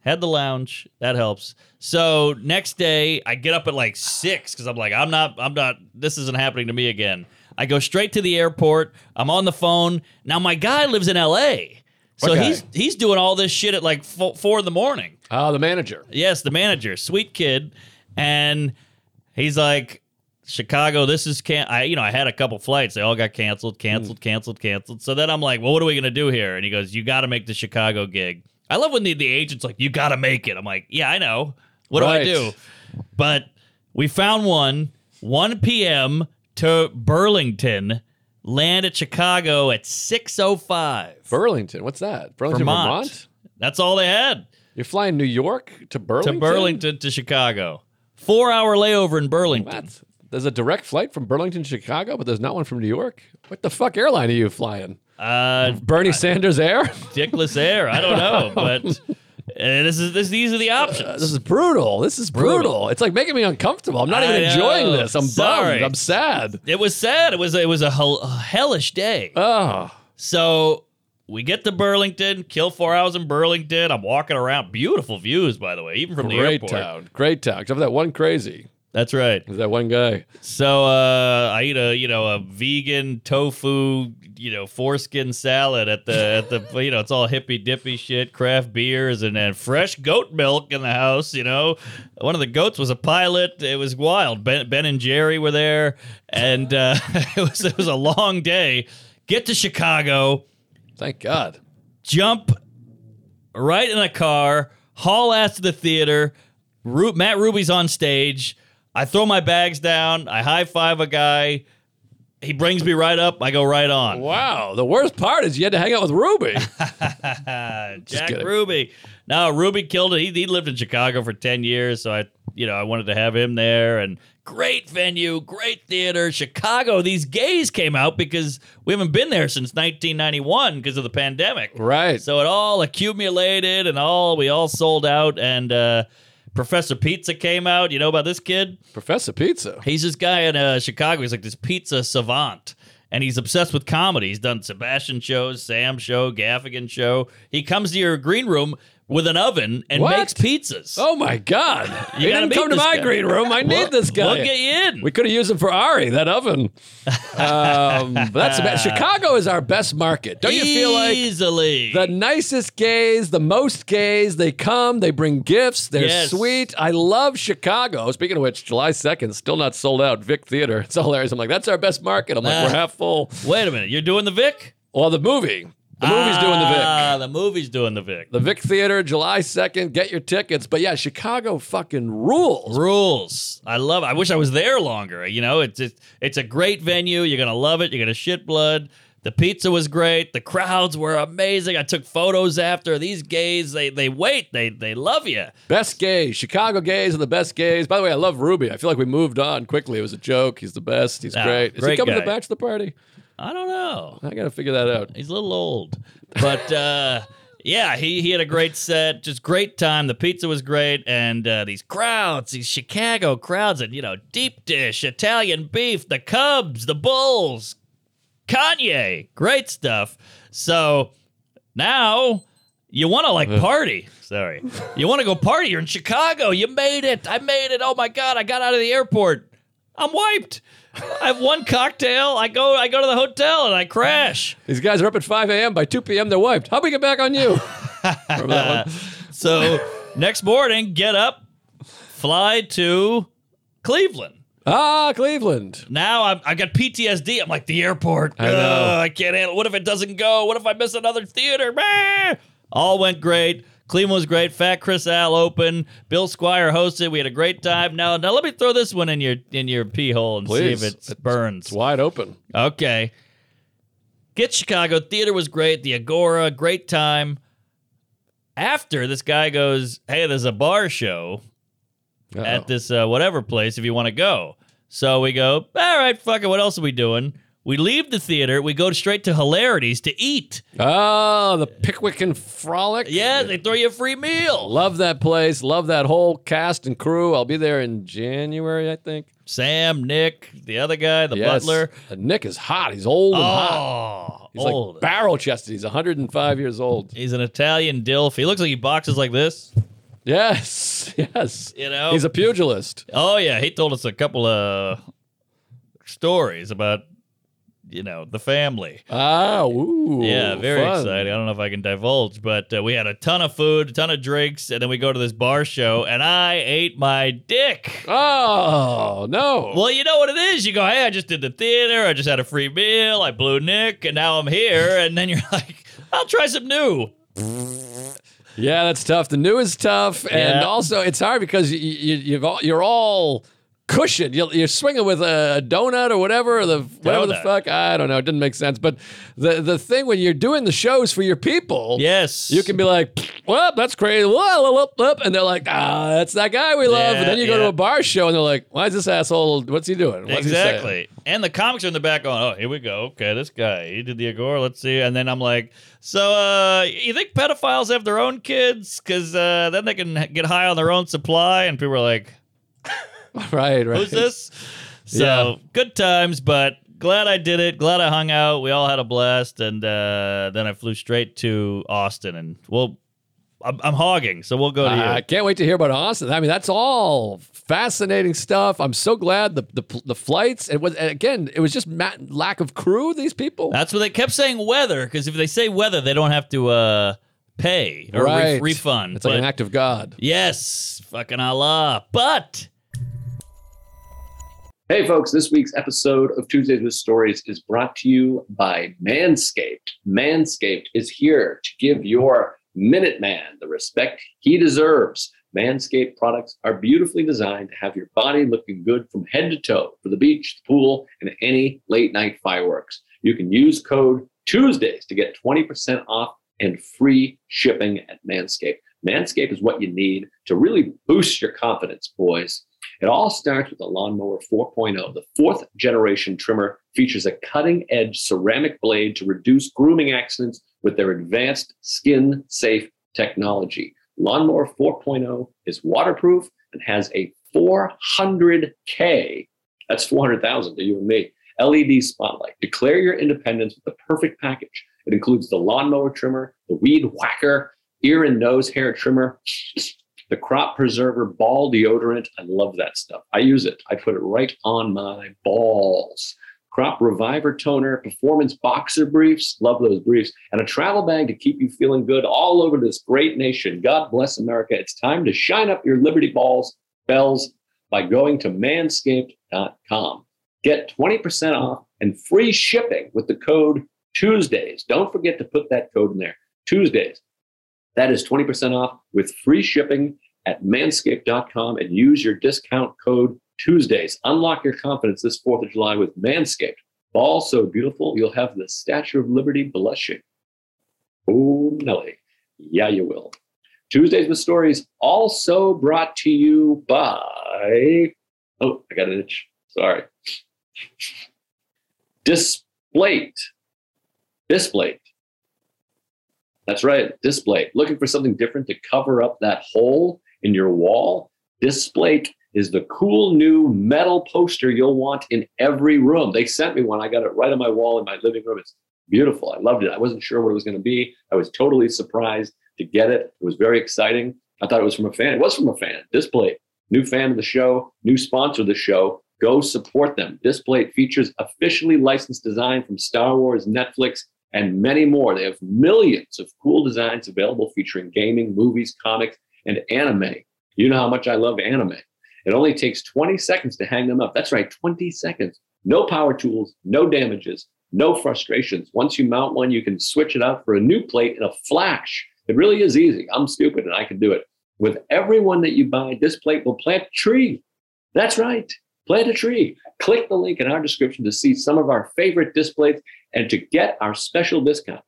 B: had the lounge. That helps. So next day, I get up at like six because I'm like, I'm not, I'm not, this isn't happening to me again. I go straight to the airport. I'm on the phone. Now, my guy lives in LA. So
C: Okay.
B: he's he's doing all this shit at like fo- four in the morning.
C: Oh, the manager.
B: Yes, the manager, sweet kid, and he's like, Chicago, this is can I, you know, I had a couple flights, they all got canceled,
C: Hmm.
B: canceled, canceled, canceled. So then I'm like, well, what are we gonna do here? And he goes, you got to make the Chicago gig. I love when the, the agent's like, you got to make it. I'm like, yeah, I know. What
C: Right.
B: do I do? But we found one 1 p.m. to Burlington, land at Chicago at 6:05.
C: Burlington. What's that? Burlington, Vermont.
B: That's all they had.
C: You're flying New York to
B: to
C: Burlington.
B: Burlington to Chicago. Four hour layover in Burlington.
C: What? There's a direct flight from Burlington to Chicago, but there's not one from New York. What the fuck airline are you flying?
B: Uh,
C: Bernie Sanders Air?
B: dickless air. I don't know, but uh, this is Uh, this. These are the options.
C: this is brutal. This is brutal.
B: Brutal.
C: It's like making me uncomfortable. I'm not
B: I
C: even
B: know.
C: enjoying this. I'm
B: Sorry.
C: bummed. I'm sad.
B: It was sad. It was it was a hell- hellish day.
C: Oh,
B: So we get to Burlington, kill four hours in Burlington. I'm walking around, beautiful views, by the way, even from the
C: great
B: airport.
C: town. Great town. Except for that one crazy.
B: That's right.
C: There's that one guy.
B: So uh, I eat a you know a vegan tofu you know foreskin salad at the at the you know it's all hippy dippy shit craft beers and then fresh goat milk in the house you know one of the goats was a pilot it was wild Ben, ben and Jerry were there and uh, it was it was a long day get to Chicago
C: Thank God.
B: jump right in a car, haul ass to the theater. Ru- Matt Ruby's on stage. I throw my bags down. I high five a guy. He brings me right up. I go right on.
C: Wow. The worst part is you had to hang out with Ruby.
B: Ah, Jack
C: kidding.
B: Ruby. No, Ruby killed it. He, he lived in Chicago for 10 years. So I, you know, I wanted to have him there and great venue, great theater. Chicago, these gays came out because we haven't been there since 1991 because of the pandemic.
C: right.
B: So it all accumulated and all we all sold out and uh Professor Pizza came out. You know about this kid?
C: Professor Pizza.
B: He's this guy in uh, Chicago. He's like this pizza savant, and he's obsessed with comedy. He's done Sebastian shows, Sam show, Gaffigan show. He comes to your green room with an oven and
C: What?
B: makes pizzas.
C: Oh my God.
B: You
C: he
B: gotta
C: didn't
B: meet
C: come to
B: this
C: my
B: guy.
C: green room. I need this guy.
B: We'll get you in.
C: We could have used him for Ari, that oven. Um, but that's the
B: Ah.
C: best. Chicago is our best market. Don't you feel like
B: easily?
C: the nicest gays, the most gays, they come, they bring gifts, they're
B: Yes.
C: sweet. I love Chicago. Speaking of which, July 2nd, still not sold out. Vic Theater. It's all hilarious. I'm like, that's our best market. I'm like,
B: Ah.
C: we're half full.
B: Wait a minute. You're doing the Vic.
C: Well, the movie. The movie's doing the Vic.
B: Ah, the movie's doing the Vic.
C: The Vic Theater, July 2nd. Get your tickets. But yeah, Chicago fucking rules.
B: rules. I love. It. I wish I was there longer. You know, it's it's, it's a great venue. You're gonna love it. You're gonna shit blood. The pizza was great. The crowds were amazing. I took photos after. These gays, they they wait. They they love you.
C: Best gays. Chicago gays are the best gays. By the way, I love Ruby. I feel like we moved on quickly. It was a joke. He's the best. He's
B: Ah,
C: great. Is he
B: great
C: coming to
B: guy.
C: the bachelor party?
B: I don't know.
C: I got to figure that out.
B: He's a little old, but uh, yeah, he he had a great set. Just great time. The pizza was great, and uh, these crowds, these Chicago crowds, and you know, deep dish, Italian beef, the Cubs, the Bulls, Kanye, great stuff. So now you want to like party. Sorry. You want to go party. You're in Chicago. You made it. I made it. Oh my God. I got out of the airport. I'm wiped. I have one cocktail. I go I go to the hotel and I crash.
C: These guys are up at 5 a.m. By 2 p.m., they're wiped. How'd we get back on you? Remember that one?
B: So next morning, get up, fly to Cleveland.
C: Ah, Cleveland.
B: Now I'm, I've got PTSD. I'm like, the airport. I,
C: know.
B: I can't handle What if it doesn't go? What if I miss another theater? Bah! All went great. Cleveland was great. Fat Chris Al open. Bill Squire hosted. We had a great time. Now, now let me throw this one in your in your pee hole and
C: Please.
B: see if it burns.
C: It's wide open.
B: Okay. Get Chicago. Theater was great. The Agora, great time. After this guy goes, hey, there's a bar show
C: Uh-oh.
B: at this uh, whatever place if you want to go. So we go, all right, fuck it. What else are we doing? We leave the theater. We go straight to Hilarities to eat.
C: Ah, the Pickwick and Frolic.
B: Yeah, they throw you a free meal.
C: Love that place. Love that whole cast and crew. I'll be there in January, I think.
B: Sam, Nick, the other guy, the
C: Yes.
B: butler.
C: Uh, Nick is hot. He's old and hot.
B: Oh,
C: He's
B: old.
C: like barrel chested. He's 105 years old.
B: He's an Italian dilf. He looks like he boxes like this.
C: Yes, yes.
B: You know?
C: he's a pugilist.
B: Oh yeah, he told us a couple of stories about you know the family.
C: Ah, ooh,
B: yeah, very
C: fun.
B: exciting. I don't know if I can divulge, but uh, we had a ton of food, a ton of drinks, and then we go to this bar show, and I ate my dick.
C: Oh no!
B: Well, you know what it is. You go, hey, I just did the theater. I just had a free meal. I blew Nick, and now I'm here. And then you're like, I'll try some new.
C: Yeah, that's tough. The new is tough, and
B: Yeah.
C: also it's hard because you, you, you've all, you're all cushioned. You're, you're swinging with a donut or whatever, or the whatever the
B: Donut.
C: fuck. I don't know. It didn't make sense. But the the thing when you're doing the shows for your people,
B: Yes,
C: you can be like, well, that's crazy, Whoa, whoa, whoa, whoa," and they're like, ah, that's that guy we love.
B: Yeah,
C: and then you go to
B: yeah.
C: a bar show, and they're like, why is this asshole? What's he doing? What's he saying?"
B: Exactly. And the comics are in the back going, oh, here we go. Okay, this guy, he did the Agora. Let's see. And then I'm like, so uh, you think pedophiles have their own kids? Because uh, then they can h- get high on their own supply. And people are like,
C: Right, right.
B: who's this? So good times, but glad I did it. Glad I hung out. We all had a blast. And uh, then I flew straight to Austin. And well, I'm, I'm hogging, so we'll go to
C: Uh, I
B: you.
C: can't wait to hear about Austin. I mean, that's all fascinating stuff. I'm so glad the the, the flights. It was and again, it was just ma- lack of crew. These people.
B: That's what they kept saying weather, because if they say weather, they don't have to uh, pay or re-
C: Right.
B: refund.
C: It's like
B: But-
C: an act of God.
B: Yes, fucking Allah. But
E: Hey, folks, this week's episode of Tuesdays with Stories is brought to you by Manscaped. Manscaped is here to give your Minuteman the respect he deserves. Manscaped products are beautifully designed to have your body looking good from head to toe for the beach, the pool, and any late night fireworks. You can use code Tuesdays to get 20% off and free shipping at Manscaped. Manscaped is what you need to really boost your confidence, boys. It all starts with the Lawnmower 4.0. The fourth generation trimmer features a cutting edge ceramic blade to reduce grooming accidents with their advanced skin safe technology. Lawnmower 4.0 is waterproof and has a 400K, that's 400,000 to you and me, LED spotlight. Declare your independence with the perfect package. It includes the lawnmower trimmer, the weed whacker, ear and nose hair trimmer, the crop preserver ball deodorant. I love that stuff. I use it. I put it right on my balls. Crop reviver toner, performance boxer briefs. Love those briefs. And a travel bag to keep you feeling good all over this great nation. God bless America. It's time to shine up your Liberty balls, bells, by going to manscaped.com. Get 20% off and free shipping with the code Tuesdays. Don't forget to put that code in there. Tuesdays. That is 20% off with free shipping at manscaped.com and use your discount code Tuesdays. Unlock your confidence this 4th of July with Manscaped. all so beautiful, you'll have the Statue of Liberty blushing. Oh, Nelly. Yeah, you will. Tuesdays with Stories also brought to you by. Oh, I got an itch. Sorry. Displate. Displate. That's right, Displate. Looking for something different to cover up that hole in your wall? Displate is the cool new metal poster you'll want in every room. They sent me one. I got it right on my wall in my living room. It's beautiful. I loved it. I wasn't sure what it was going to be. I was totally surprised to get it. It was very exciting. I thought it was from a fan. It was from a fan. Display, new fan of the show, new sponsor of the show. Go support them. Display features officially licensed design from Star Wars, Netflix, and many more. They have millions of cool designs available featuring gaming, movies, comics, and anime. You know how much I love anime. It only takes 20 seconds to hang them up. That's right, 20 seconds. No power tools, no damages, no frustrations. Once you mount one, you can switch it out for a new plate in a flash. It really is easy. I'm stupid and I can do it. With every one that you buy, this plate will plant a tree. That's right. Plant a tree. Click the link in our description to see some of our favorite displays and to get our special discount.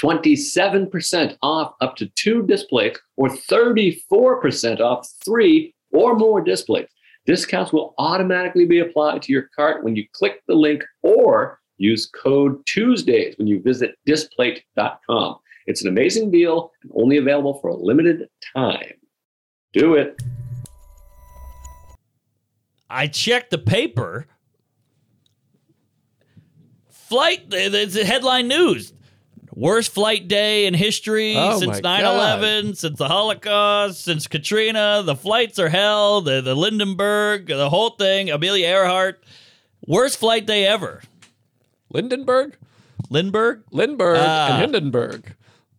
E: 27% off up to two displays or 34% off three or more displays. Discounts will automatically be applied to your cart when you click the link or use code Tuesdays when you visit displate.com. It's an amazing deal and only available for a limited time. Do it.
B: I checked the paper. Flight, th- th- it's the headline news. Worst flight day in history
C: Oh
B: since
C: my
B: 9 11, since the Holocaust, since Katrina. The flights are hell, the, the Lindenberg, the whole thing, Amelia Earhart. Worst flight day ever.
C: Lindenberg,
B: Lindbergh?
C: Lindbergh,
B: Ah.
C: and Hindenburg.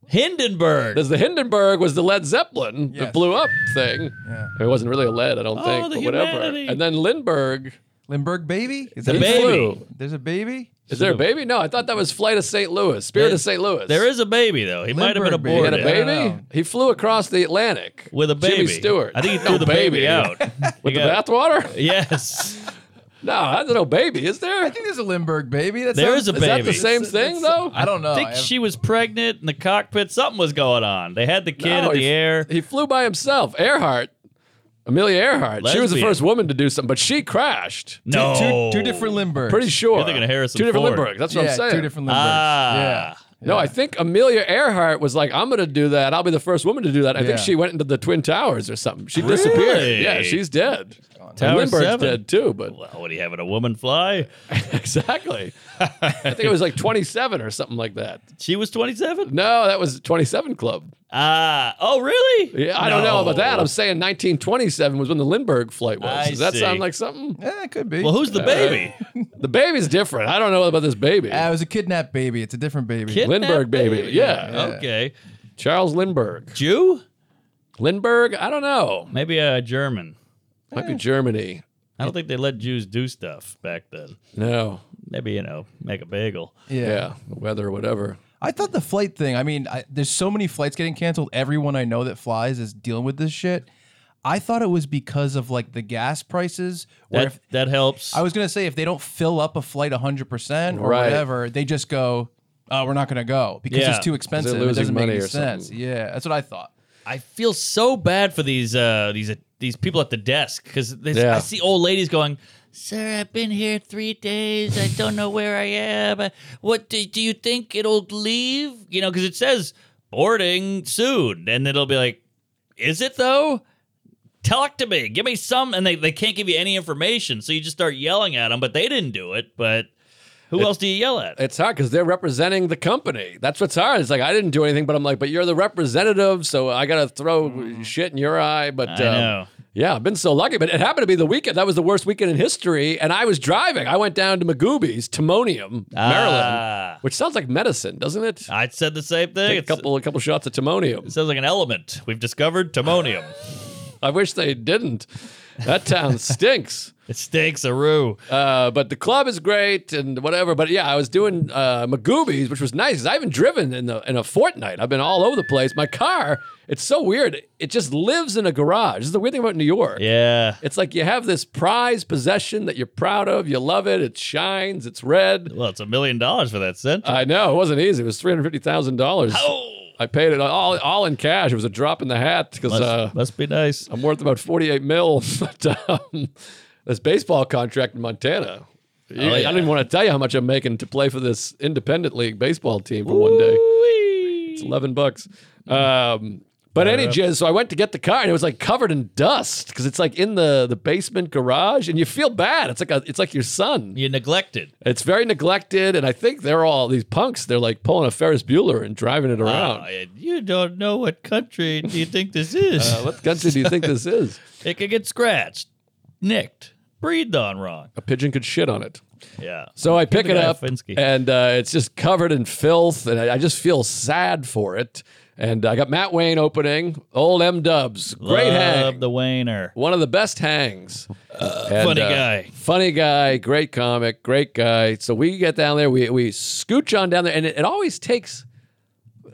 B: Hindenburg.
C: Because the Hindenburg was the Led Zeppelin
D: Yes.
C: that blew up thing. It wasn't really a lead, I don't
B: Oh,
C: think,
B: the
C: but whatever.
B: humanity.
C: And then Lindbergh,
D: Lindbergh baby? Is
B: The
D: that-
B: baby.
C: flew.
D: There's a baby?
C: is there a baby? No, I thought that was Flight of St. Louis, Spirit
B: There-
C: of St. Louis.
B: There is a baby, though. He might have been
D: Lindbergh baby.
C: He
B: aborted.
C: had a
D: I don't
C: baby.
D: know.
C: He flew across the Atlantic
B: With a baby.
C: Jimmy Stewart.
B: I think he
C: No
B: threw the baby, out.
C: with
B: You
C: the
B: got-
C: bathwater.
B: Yes.
C: No, that's no baby, is there?
D: I think there's a Lindbergh baby. That's
B: There is a
C: is that the
B: baby.
C: same thing though?
D: I don't know.
B: I think
D: I have-
B: she was pregnant in the cockpit. Something was going on. They had the kid
C: No,
B: in the
C: he-
B: air.
C: He flew by himself. Earhart, Amelia Earhart. She was the
B: Lesbian.
C: first woman to do something, but she crashed.
D: two-
B: no.
D: two, two different Lindberghs.
C: Pretty sure.
B: You're thinking of Harrison
C: Two different
B: Ford.
C: Lindberghs. That's what
D: yeah,
C: I'm saying.
D: two different Lindberghs.
B: Ah.
D: Yeah.
C: No,
D: yeah.
C: I think Amelia Earhart was like, "I'm going to do that. I'll be the first woman to do that." I
D: Yeah.
C: think she went into the Twin Towers or something. She disappeared. Yeah, she's dead.
B: Tower
C: and Lindbergh's
B: seven.
C: dead too, but
B: Well, what are you having a woman fly?
C: exactly. I think it was like 27 or something like that.
B: She was 27.
C: No, that was 27 Club.
B: Ah. oh, really?
C: Yeah, I don't know about that. I'm saying 1927 was when the Lindbergh flight was.
B: I
C: Does that
B: see.
C: sound like something?
D: Yeah, it could be.
B: well,
C: Uh,
B: who's the baby?
C: The baby's different. I don't know about this baby.
D: Ah, it was a kidnapped baby. It's a different baby.
B: Kid-
C: Lindbergh baby. Yeah.
D: Yeah.
B: Okay.
C: Charles Lindbergh.
B: Jew?
C: Lindbergh, I don't know.
B: Maybe a German.
C: Might be Germany.
B: I don't think they let Jews do stuff back then.
C: No.
B: Maybe, you know, make a bagel.
D: yeah.
C: Yeah, the weather, whatever.
D: I thought the flight thing. I mean, I, there's so many flights getting canceled. Everyone I know that flies is dealing with this shit. I thought it was because of like the gas prices. Where
B: That,
D: if,
B: that helps.
D: I was gonna say if they don't fill up a flight 100 percent or
C: Right.
D: whatever, they just go, "Oh, we're not gonna go because
B: Yeah.
D: it's too expensive. It
C: losing
D: doesn't make
C: money
D: any
C: or
D: sense."
C: something.
D: Yeah, that's what I thought.
B: I feel so bad for these uh, these these people at the desk because
C: Yeah.
B: I see old ladies going, "Sir, I've been here three days. I don't know where I am. Uh, What do, do you think it'll leave? You know, because it says boarding soon, and it'll be like, is it though? Talk to me. Give me some, and they, they can't give you any information, so you just start yelling at them. But they didn't do it. But who else do you yell at?
C: It's hard because they're representing the company. That's what's hard. It's like I didn't do anything, but I'm like, but you're the representative, so I gotta throw shit in your eye. But
B: Mm. I
C: um,
B: know.
C: yeah, I've been so lucky. But it happened to be the weekend. That was the worst weekend in history, and I was driving. I went down to Magoobies, Timonium, Maryland,
B: Ah,
C: which sounds like medicine, doesn't it?
B: I said the same thing.
C: Take a
B: It's-
C: couple a couple shots of Timonium.
B: It sounds like an element. We've discovered timonium.
C: I wish they didn't. That town stinks.
B: It stinks a roo.
C: Uh, but the club is great and whatever. But yeah, I was doing uh, Magoobies, which was nice. 'cause I haven't driven in a, in a fortnight. I've been all over the place. My car, it's so weird. It just lives in a garage. This is the weird thing about New York.
B: Yeah.
C: It's like you have this prized possession that you're proud of. You love it. It shines. It's red.
B: Well, it's a million dollars for that cent.
C: I know it wasn't easy. It was three hundred fifty thousand dollars.
B: oh,
C: I paid it all all in cash. It was a drop in the hat because
B: must,
C: uh,
B: must be nice.
C: I'm worth about 48 mil. But um, this baseball contract in Montana. You- I
B: yeah.
C: don't even want to tell you how much I'm making to play for this independent league baseball team for one day. It's 11 bucks. Um, but any jizz, so I went to get the car and it was like covered in dust because it's like in the, the basement garage and you feel bad. It's like a, it's like your son.
B: You neglected.
C: It's very neglected and I think they're all these punks. They're like pulling a Ferris Bueller and driving it around.
B: Ah, you don't know what country do you think this is.
C: Uh, what country do you think this is?
B: it could get scratched, nicked, breathed on wrong.
C: A pigeon could shit on it.
B: Yeah.
C: So I pick
B: the
C: it
B: guy a
C: up,
B: Finsky.
C: and uh, it's just covered in filth, and I, I just feel sad for it. And I got Matt Wayne opening, old M Dubs, great
B: Love
C: hang,
B: the wainer.
C: one of the best hangs. And,
B: funny
C: uh,
B: guy.
C: funny guy, great comic, great guy. So we get down there, we we scooch on down there, and it, it always takes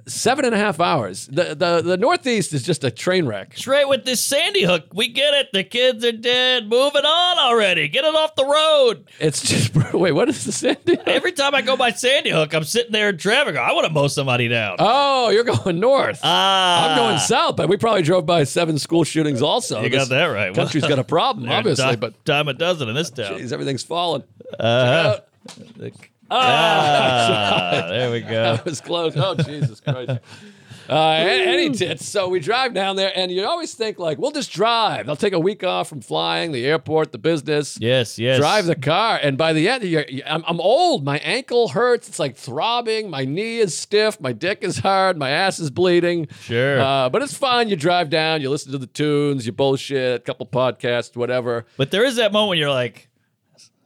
C: seven and a half hours. The, the the Northeast is just a train wreck.
B: Straight with this Sandy Hook. We get it. The kids are dead. Moving on already. Get it off the road.
C: It's just wait, what is the Sandy?
B: Every time I go by Sandy Hook, I'm sitting there in traffic. I want to mow somebody down.
C: Oh, you're going north.
B: Ah,
C: I'm going south, but we probably drove by seven school shootings also.
B: You
C: This
B: got that right.
C: Country's got a problem,
B: They're
C: obviously,
B: di-
C: but Oh,
B: dime a dozen in this town.
C: geez, everything's fallen.
B: Uh-huh. Ah, there we go.
C: That was close. Oh, Jesus Christ. Uh, a- any
B: Hmm.
C: tits. So we drive down there, and you always think, like, we'll just drive. I'll take a week off from flying, the airport, the business.
B: Yes, yes.
C: Drive the car, and by the end, you're, you- I'm, I'm old. My ankle hurts. It's like throbbing. My knee is stiff. My dick is hard. My ass is bleeding.
B: Sure.
C: uh, but it's fun. You drive down. You listen to the tunes. You bullshit. A couple podcasts, whatever.
B: But there is that moment when you're like,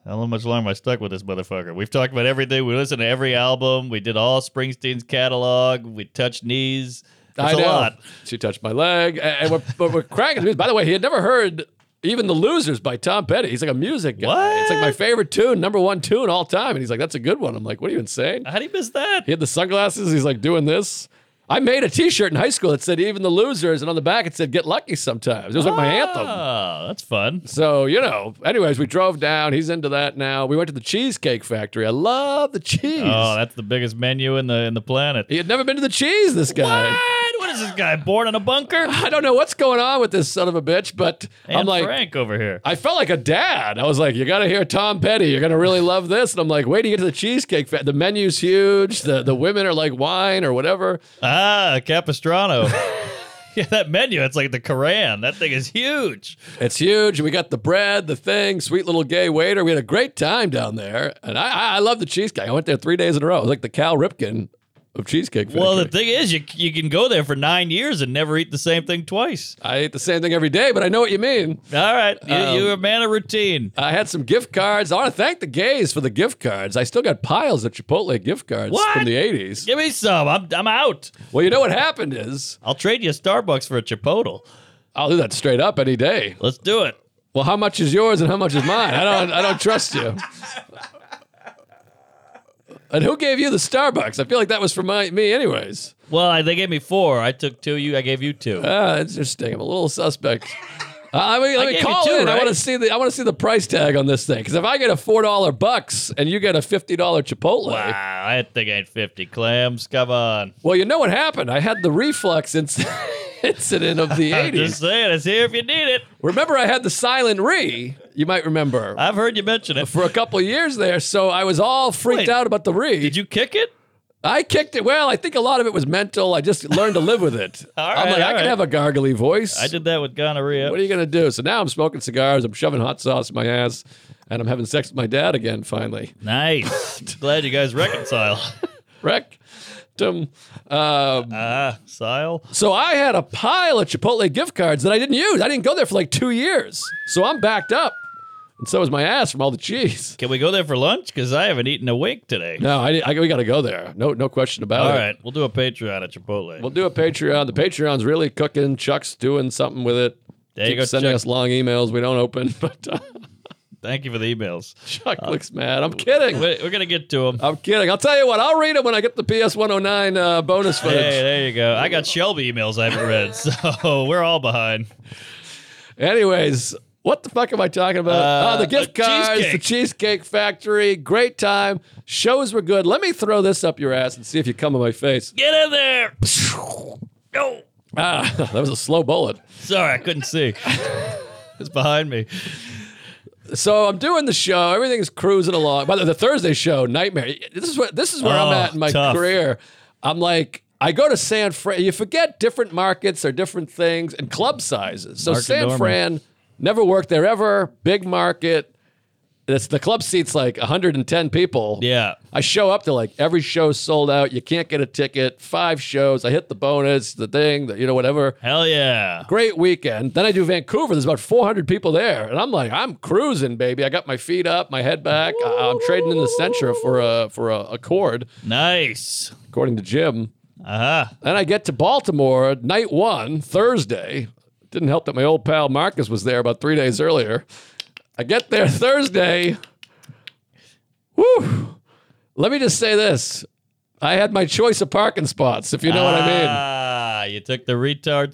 B: how much longer am I stuck with this motherfucker? We've talked about everything. We listened to every album. We did all Springsteen's catalog. We touched knees. That's
C: I
B: a
C: know.
B: lot.
C: She touched my leg, and and we're, but we're cracking. the music. By the way, he had never heard even the losers by Tom Petty. He's like a music guy.
B: What?
C: It's like my favorite tune, number one tune all time. And he's like, that's a good one. I'm like, what are you insane?
B: How do you miss that?
C: He had the sunglasses. He's like doing this. I made a T-shirt in high school that said "Even the losers," and on the back it said "Get lucky sometimes." It was like my anthem.
B: Ah, that's fun.
C: So, you know, anyways, we drove down. He's into that now. We went to the Cheesecake Factory. I love the cheese.
B: Oh, that's the biggest menu in the in the planet.
C: he had never been to the cheese, this guy.
B: What? What is this guy born in a bunker?
C: I don't know what's going on with this son of a bitch, but
B: And
C: I'm like,
B: Frank over here.
C: I felt like a dad. I was like, you got to hear Tom Petty. You're going to really love this. And I'm like, wait till you get to the Cheesecake Factory. The menu's huge. The, the women are like wine or whatever.
B: Ah, Capistrano. yeah, that menu. It's like the Koran. That thing is huge.
C: It's huge. We got the bread, the thing, sweet little gay waiter. We had a great time down there. And I, I, I love the cheesecake. I went there three days in a row. It was like the Cal Ripken of Cheesecake Factory.
B: Well, the thing is, you you can go there for nine years and never eat the same thing twice.
C: I eat the same thing every day, but I know what you mean.
B: All right, you,
C: Um,
B: you're a man of routine.
C: I had some gift cards. I want to thank the gays for the gift cards. I still got piles of Chipotle gift cards
B: What?
C: from the 80s.
B: Give me some. I'm I'm out.
C: Well, you know what happened is
B: I'll trade you a Starbucks for a Chipotle.
C: I'll do that straight up any day.
B: Let's do it.
C: Well, how much is yours and how much is mine? I don't I don't trust you. And who gave you the Starbucks? I feel like that was for my me anyways.
B: Well, I, they gave me four. I took two. You, I gave you two.
C: Ah, it's interesting. I'm a little suspect. Uh, I mean, let
B: I
C: me
B: gave
C: call
B: you two,
C: in. I
B: right?
C: want to see the I want to see the price tag on this thing because if I get a four dollar bucks and you get a fifty dollar Chipotle,
B: wow, I think I had fifty clams. Come on.
C: well, you know what happened? I had the reflux inc- incident of the
B: I'm just
C: '80s.
B: saying, it's here if you need it.
C: Remember, I had the silent re. You might remember
B: I've heard you mention it.
C: for a couple of years there, so I was all freaked
B: Wait.
C: out about the re.
B: Did you kick it?
C: I kicked it. Well, I think a lot of it was mental. I just learned to live with it.
B: All
C: I'm
B: right,
C: like, I
B: all
C: can
B: right.
C: have a gargly voice.
B: I did that with gonorrhea.
C: What are you gonna do? So now I'm smoking cigars. I'm shoving hot sauce in my ass, and I'm having sex with my dad again. Finally,
B: nice. Glad you guys reconcile.
C: wreck. Um,
B: Ah, Sile.
C: so I had a pile of Chipotle gift cards that I didn't use. I didn't go there for like two years, so I'm backed up, and so is my ass from all the cheese.
B: Can we go there for lunch? Because I haven't eaten a wink today.
C: No, I, I we got to go there. No, no question about
B: All
C: it.
B: right, we'll do a Patreon at Chipotle.
C: We'll do a Patreon. The Patreon's really cooking. Chuck's doing something with it.
B: There you
C: Keep
B: go.
C: sending
B: Chuck.
C: us long emails we don't open, but uh,
B: Thank you for the emails.
C: Chuck looks mad.
B: Uh,
C: I'm kidding.
B: We're, we're gonna get to them.
C: I'm kidding. I'll tell you what. I'll read it when I get the PS 109 uh, bonus footage.
B: Hey, there you go. I got Shelby emails I haven't read, so we're all behind.
C: Anyways, what the fuck am I talking about?
B: Uh,
C: Uh, the gift
B: a
C: cards, the
B: cheesecake.
C: Cheesecake Factory. Great time. Shows were good. Let me throw this up your ass and see if you come in my face.
B: Get in there. No.
C: Ah, that was a slow bullet.
B: Sorry, I couldn't see. It's behind me.
C: So I'm doing the show. Everything's cruising along. By the, the Thursday show, Nightmare. This is what this is where I'm
B: Oh,
C: at in my
B: tough.
C: career. I'm like. I go to San Fran. You forget different markets are different things and club sizes. So
B: Market
C: San
B: normal.
C: Fran never worked there ever. Big market. It's the club seats like 110 people.
B: Yeah.
C: I show up to like every show sold out. You can't get a ticket. Five shows. I hit the bonus, the thing, the, you know, whatever.
B: Hell yeah.
C: Great weekend. Then I do Vancouver. There's about 400 people there, and I'm like, I'm cruising, baby. I got my feet up, my head back. I- I'm trading in the center for a for a, a cord,
B: Nice.
C: according to Jim.
B: Uh huh.
C: Then I get to Baltimore night one Thursday. Didn't help that my old pal Marcus was there about three days earlier. I get there Thursday. Woo! Let me just say this: I had my choice of parking spots, if you know what I mean.
B: Ah, you took the retard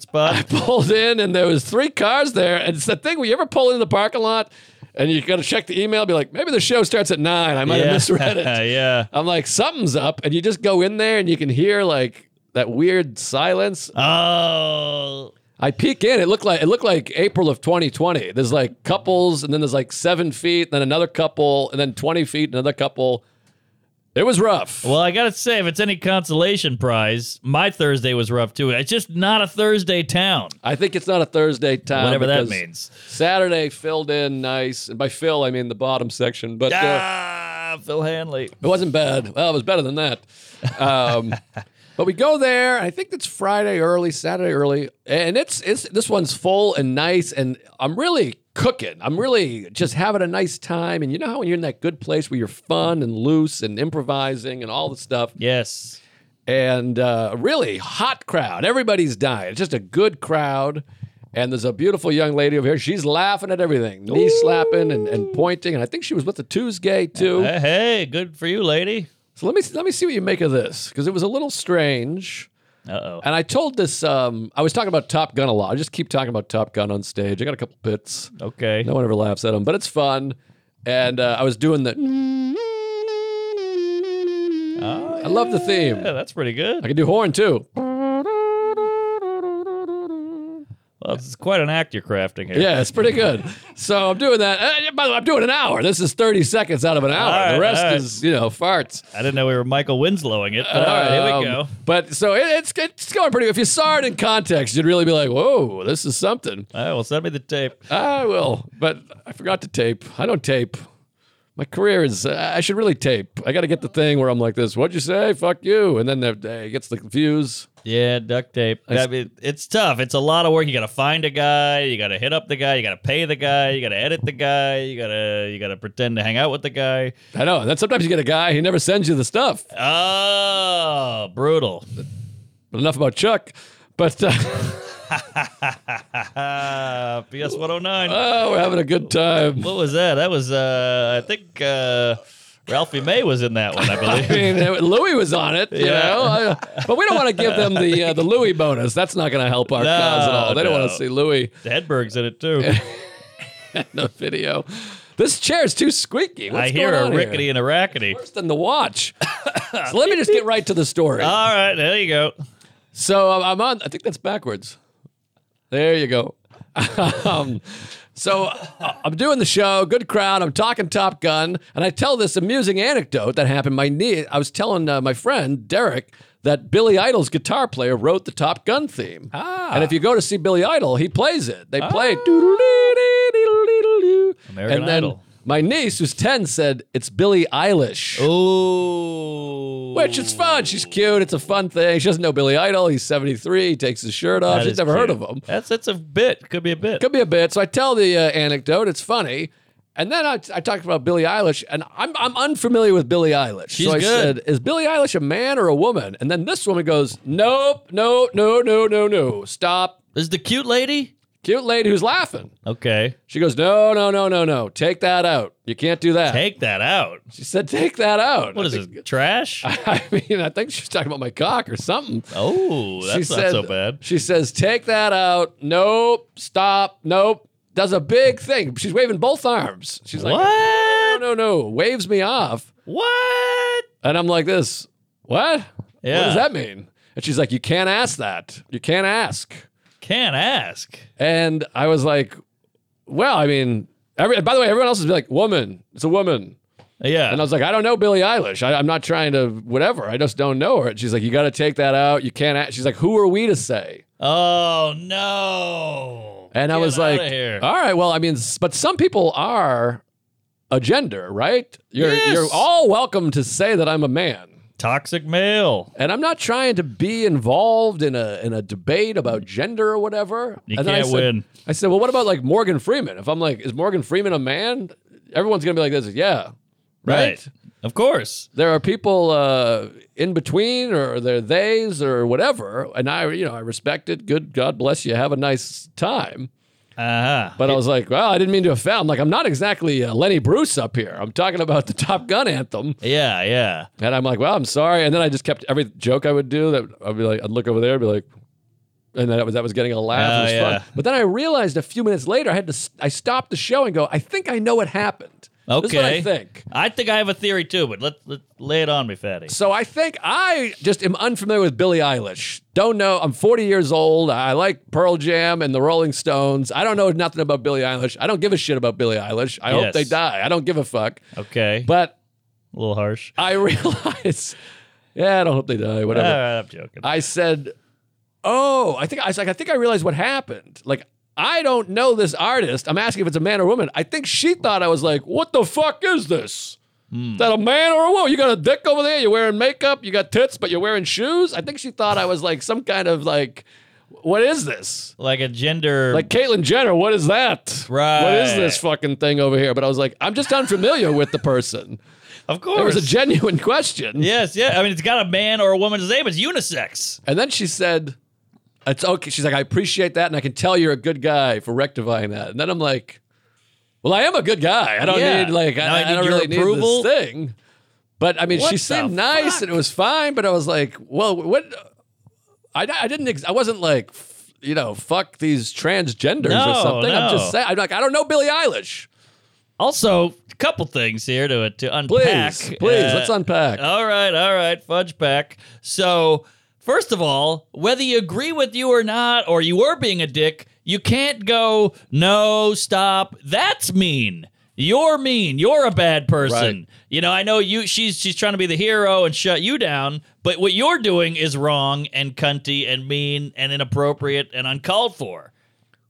B: spot.
C: pulled in and there was three cars there. And it's the thing where you ever pull into the parking lot and you gotta check the email, be like, maybe the show starts at nine. I might have misread it.
B: yeah.
C: I'm like, something's up, and you just go in there and you can hear like that weird silence.
B: Oh.
C: I peek in. It looked like it looked like April of 2020. There's like couples, and then there's like seven feet, then another couple, and then 20 feet, another couple. It was rough.
B: Well, I gotta say, if it's any consolation prize, my Thursday was rough too. It's just not a Thursday town,
C: I think it's not a Thursday time.
B: whatever that
C: Ah, because
B: means.
C: Saturday filled in nice, and by fill I mean the bottom section. But uh,
B: ah, Phil Hanley.
C: It wasn't bad. Well, it was better than that. Um, but we go there. I think it's Friday early, Saturday early, and it's it's this one's full and nice, and I'm really cooking. I'm really just having a nice time. And you know how when you're in that good place where you're fun and loose and improvising and all the stuff,
B: Yes.
C: and uh, really hot crowd. Everybody's dying. It's just a good crowd. And there's a beautiful young lady over here. She's laughing at everything, knee slapping and, and pointing. And I think she was with the Tuesday too.
B: Hey, hey, good for you, lady.
C: So let me let me see what you make of this because it was a little strange.
B: Uh oh.
C: And I told this. Um, I was talking about Top Gun a lot. I just keep talking about Top Gun on stage. I got a couple bits.
B: Okay.
C: No one ever laughs at them, but it's fun. And uh, I was doing the.
B: Ah,
C: I love the theme.
B: yeah, that's pretty
C: I
B: good.
C: can do horn too.
B: Well, it's quite an act you're crafting here.
C: Yeah, it's pretty good. So I'm doing that. Uh, by the way, I'm doing an hour. This is 30 seconds out of an hour.
B: All right,
C: the rest
B: all right.
C: is you know farts.
B: I didn't know we were Michael Winslowing it, but all right, Uh, here we
C: Um,
B: go.
C: But so it, it's it's going pretty. If you saw it in context, you'd really be like, "Whoa, this is something."
B: All right, well, send me the tape.
C: I will, Ah, but I forgot to tape. I don't tape. My career is. uh, I should really tape. I got to get the thing where I'm like this. What'd you say? Fuck you. And then there- there- it gets the views.
B: Yeah, duct tape. I mean, it's tough. It's a lot of work. You got to find a guy. You got to hit up the guy. You got to pay the guy. You got to edit the guy. You gotta you gotta pretend to hang out with the guy.
C: I know. And then sometimes you get a guy. He never sends you the stuff.
B: Oh, brutal.
C: But enough about Chuck. But uh,
B: Ah, PS 109.
C: oh, we're having a good time.
B: what was that? That was uh, I think uh, Ralphie May was in that one. I
C: I
B: believe.
C: mean, uh, Louis was on it, you
B: Yeah.
C: know. I- but we don't want to give them the uh, the Louis bonus. That's not going to help our
B: No,
C: cause at all. They don't
B: no.
C: want to see Louis
B: Hedberg's in it too.
C: in the video. This chair is too squeaky. What's
B: I hear
C: going on
B: a
C: here?
B: rickety and a rackety.
C: worse than the watch. so let me just get right to the story.
B: All right, there you go.
C: so I'm- I'm on. I think that's backwards. There you go. um, so I- I'm doing the show. Good crowd. I'm talking Top Gun, and I tell this amusing anecdote that happened. My knee. I was telling uh, my friend Derek that Billy Idol's guitar player wrote the Top Gun theme. Ah. And if you go to see Billy Idol, he plays it. They play.
B: Ah. American
C: and then
B: Idol.
C: My niece, who's ten, said it's Billy Eilish.
B: Ooh,
C: Which it's fun. She's cute. It's a fun thing. She doesn't know Billy Idol. He's 73. He takes his shirt off.
B: That
C: She's
B: is
C: never heard of
B: cute.
C: him.
B: That's that's a bit. Could be a bit.
C: Could be a bit. So I tell the uh, anecdote. It's funny. And then I, I talked about Billie Eilish, and I'm, I'm unfamiliar with Billie Eilish.
B: She's
C: so I
B: good.
C: said, Is Billie Eilish a man or a woman? And then this woman goes, Nope, no, no, no, no, no. Stop.
B: Is the cute lady?
C: Cute lady who's laughing.
B: Okay.
C: She goes, No, no, no, no, no. Take that out. You can't do that.
B: Take that out.
C: she said, Take that out.
B: What
C: I
B: is
C: think-
B: it? Trash?
C: I mean, I think she's talking about my cock or something.
B: Oh, that's
C: she
B: not
C: said-
B: so bad.
C: She says, Take that out. Nope. Stop. Nope. Does a big thing. She's waving both arms. She's like,
B: what?
C: No, no, no. Waves me off.
B: What?
C: And I'm like, This, what? What
B: Yeah.
C: does that mean? And she's like, You can't ask that. You can't ask.
B: Can't ask.
C: And I was like, Well, I mean, every, by the way, everyone else is like, Woman. It's a woman.
B: Yeah.
C: And I was like, I don't know Billie Eilish. I, I'm not trying to whatever. I just don't know her. And she's like, you got to take that out. You can't. Act. She's like, who are we to say?
B: oh no.
C: And I
B: Get
C: was
B: outta
C: like,
B: here.
C: all right, well, I mean, s- but some people are a gender, right? You're
B: Yes.
C: you're all welcome to say that I'm a man.
B: toxic male.
C: And I'm not trying to be involved in a in a debate about gender or whatever.
B: You
C: and then
B: can't
C: I said,
B: win.
C: I said, well, what about like Morgan Freeman? If I'm like, is Morgan Freeman a man? Everyone's gonna be like this. Yeah, right?
B: Of course.
C: there are people uh, in between or they're theys or whatever and i you know i respect it good god bless you have a nice time
B: Uh huh.
C: but i was like well i didn't mean to offend i'm like i'm not exactly uh, lenny bruce up here i'm talking about the top gun anthem
B: Yeah, yeah.
C: and i'm like well i'm sorry and then i just kept every joke i would do that i'd be like i'd look over there and be like and that was, that was getting a laugh.
B: Oh,
C: it was
B: yeah.
C: fun. But then I realized a few minutes later, I had to. s- I stopped the show and go. I think I know what happened. This is what I
B: Okay.
C: think.
B: I think I have a theory too, but let let lay it on me, fatty.
C: So I think I just am unfamiliar with Billie Eilish. Don't know. I'm 40 years old. I like Pearl Jam and the Rolling Stones. I don't know nothing about Billie Eilish. I don't give a shit about Billie Eilish. I hope
B: Yes.
C: they die. I don't give a fuck.
B: Okay.
C: But
B: a little harsh.
C: I realize, yeah, I don't hope they die.
B: All
C: Whatever.
B: right, I'm joking.
C: I said, "Oh, I think I was like I think I realized what happened. Like I don't know this artist. I'm asking if it's a man or woman. I think she thought I was like, "What the fuck is this?
B: Hmm.
C: Is that a man or a woman? You got a dick over there. You're wearing makeup. You got tits, but you're wearing shoes." I think she thought I was like some kind of like, "What is this?"
B: like a gender
C: Like Caitlyn Jenner, what is that? What is
B: Right.
C: this fucking thing over here? But I was like, I'm just unfamiliar with the person.
B: of
C: It
B: course.
C: was a genuine question.
B: yes, yeah. I mean it's got a man or a woman's name, it's unisex.
C: And then she said, "It's okay." She's like, "I appreciate that, and I can tell you're a good guy for rectifying that." And then I'm like, "Well, I am a good guy. I don't
B: Yeah.
C: need like I,
B: Now I
C: I
B: need
C: don't
B: your
C: really
B: approval?
C: need this thing." But I mean,
B: What
C: she
B: the
C: seemed nice,
B: fuck?
C: and it was fine. But I was like, "Well, what?" I, I didn't. Ex- I wasn't like, f- you know, fuck these transgenders or
B: No,
C: something. I'm
B: no.
C: just saying. I'm like, I don't know Billie Eilish.
B: Also, a couple things here to to
C: Please,
B: unpack.
C: please,
B: Uh,
C: let's unpack.
B: All right, all right, fudge pack. So, first of all, whether you agree with you or not, or you were being a dick, you can't go, no, stop. That's mean. You're mean. You're a bad person.
C: Right.
B: You know, I know you she's she's trying to be the hero and shut you down, but what you're doing is wrong and cunty and mean and inappropriate and uncalled for.